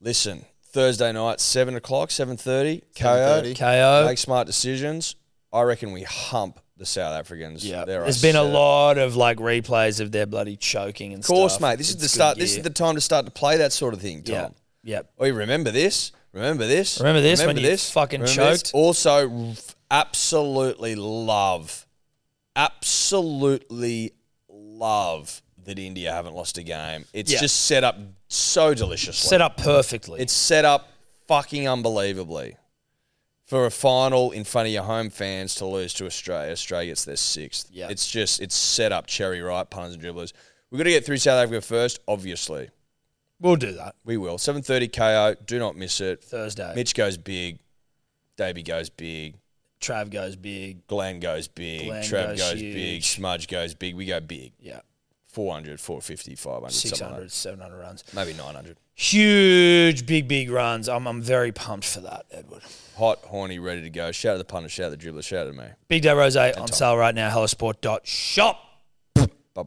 C: Listen, Thursday night, seven o'clock, seven thirty. KO.
D: 7:30.
B: KO.
C: Make smart decisions. I reckon we hump the South Africans.
B: Yeah,
C: They're
B: there's
C: a
B: been a
C: set.
B: lot of like replays of their bloody choking and
C: Of
B: stuff.
C: course, mate. This is
B: It's
C: the
B: good
C: start. This
B: gear.
C: is the time to start to play that sort of thing, Tom.
B: yeah, yeah.
C: Oh, you remember this? Remember this?
B: Remember this when you fucking
C: this?
B: choked?
C: Also, f- absolutely love, absolutely love that India haven't lost a game. It's
B: Yeah.
C: just set up so deliciously.
B: Set up perfectly.
C: It's set up fucking unbelievably for a final in front of your home fans to lose to Australia. Australia gets their sixth.
B: Yeah.
C: It's just it's set up cherry right punters and dribblers. We've got to get through South Africa first, obviously.
B: we'll do that
C: We will. 7:30 KO. Do not miss it.
B: Thursday.
C: Mitch goes big. Davey goes big.
B: Trav goes big.
C: Glenn goes big.
B: Glenn
C: Trav
B: goes
C: goes, big.
B: huge.
C: Smudge goes big. We go big.
B: Yeah,
C: 400, 450, 500, something like
B: 600, 700 runs.
C: that. Maybe 900.
B: Huge, big, big runs. I'm, I'm very pumped for that, Edward.
C: Hot, horny, ready to go. Shout out to the punter, shout out to the dribbler, shout out to me.
B: Big Day Rose on sale right now. Hellosport.shop.
C: Bye bye.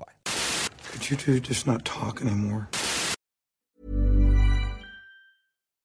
G: Could you two just not talk anymore?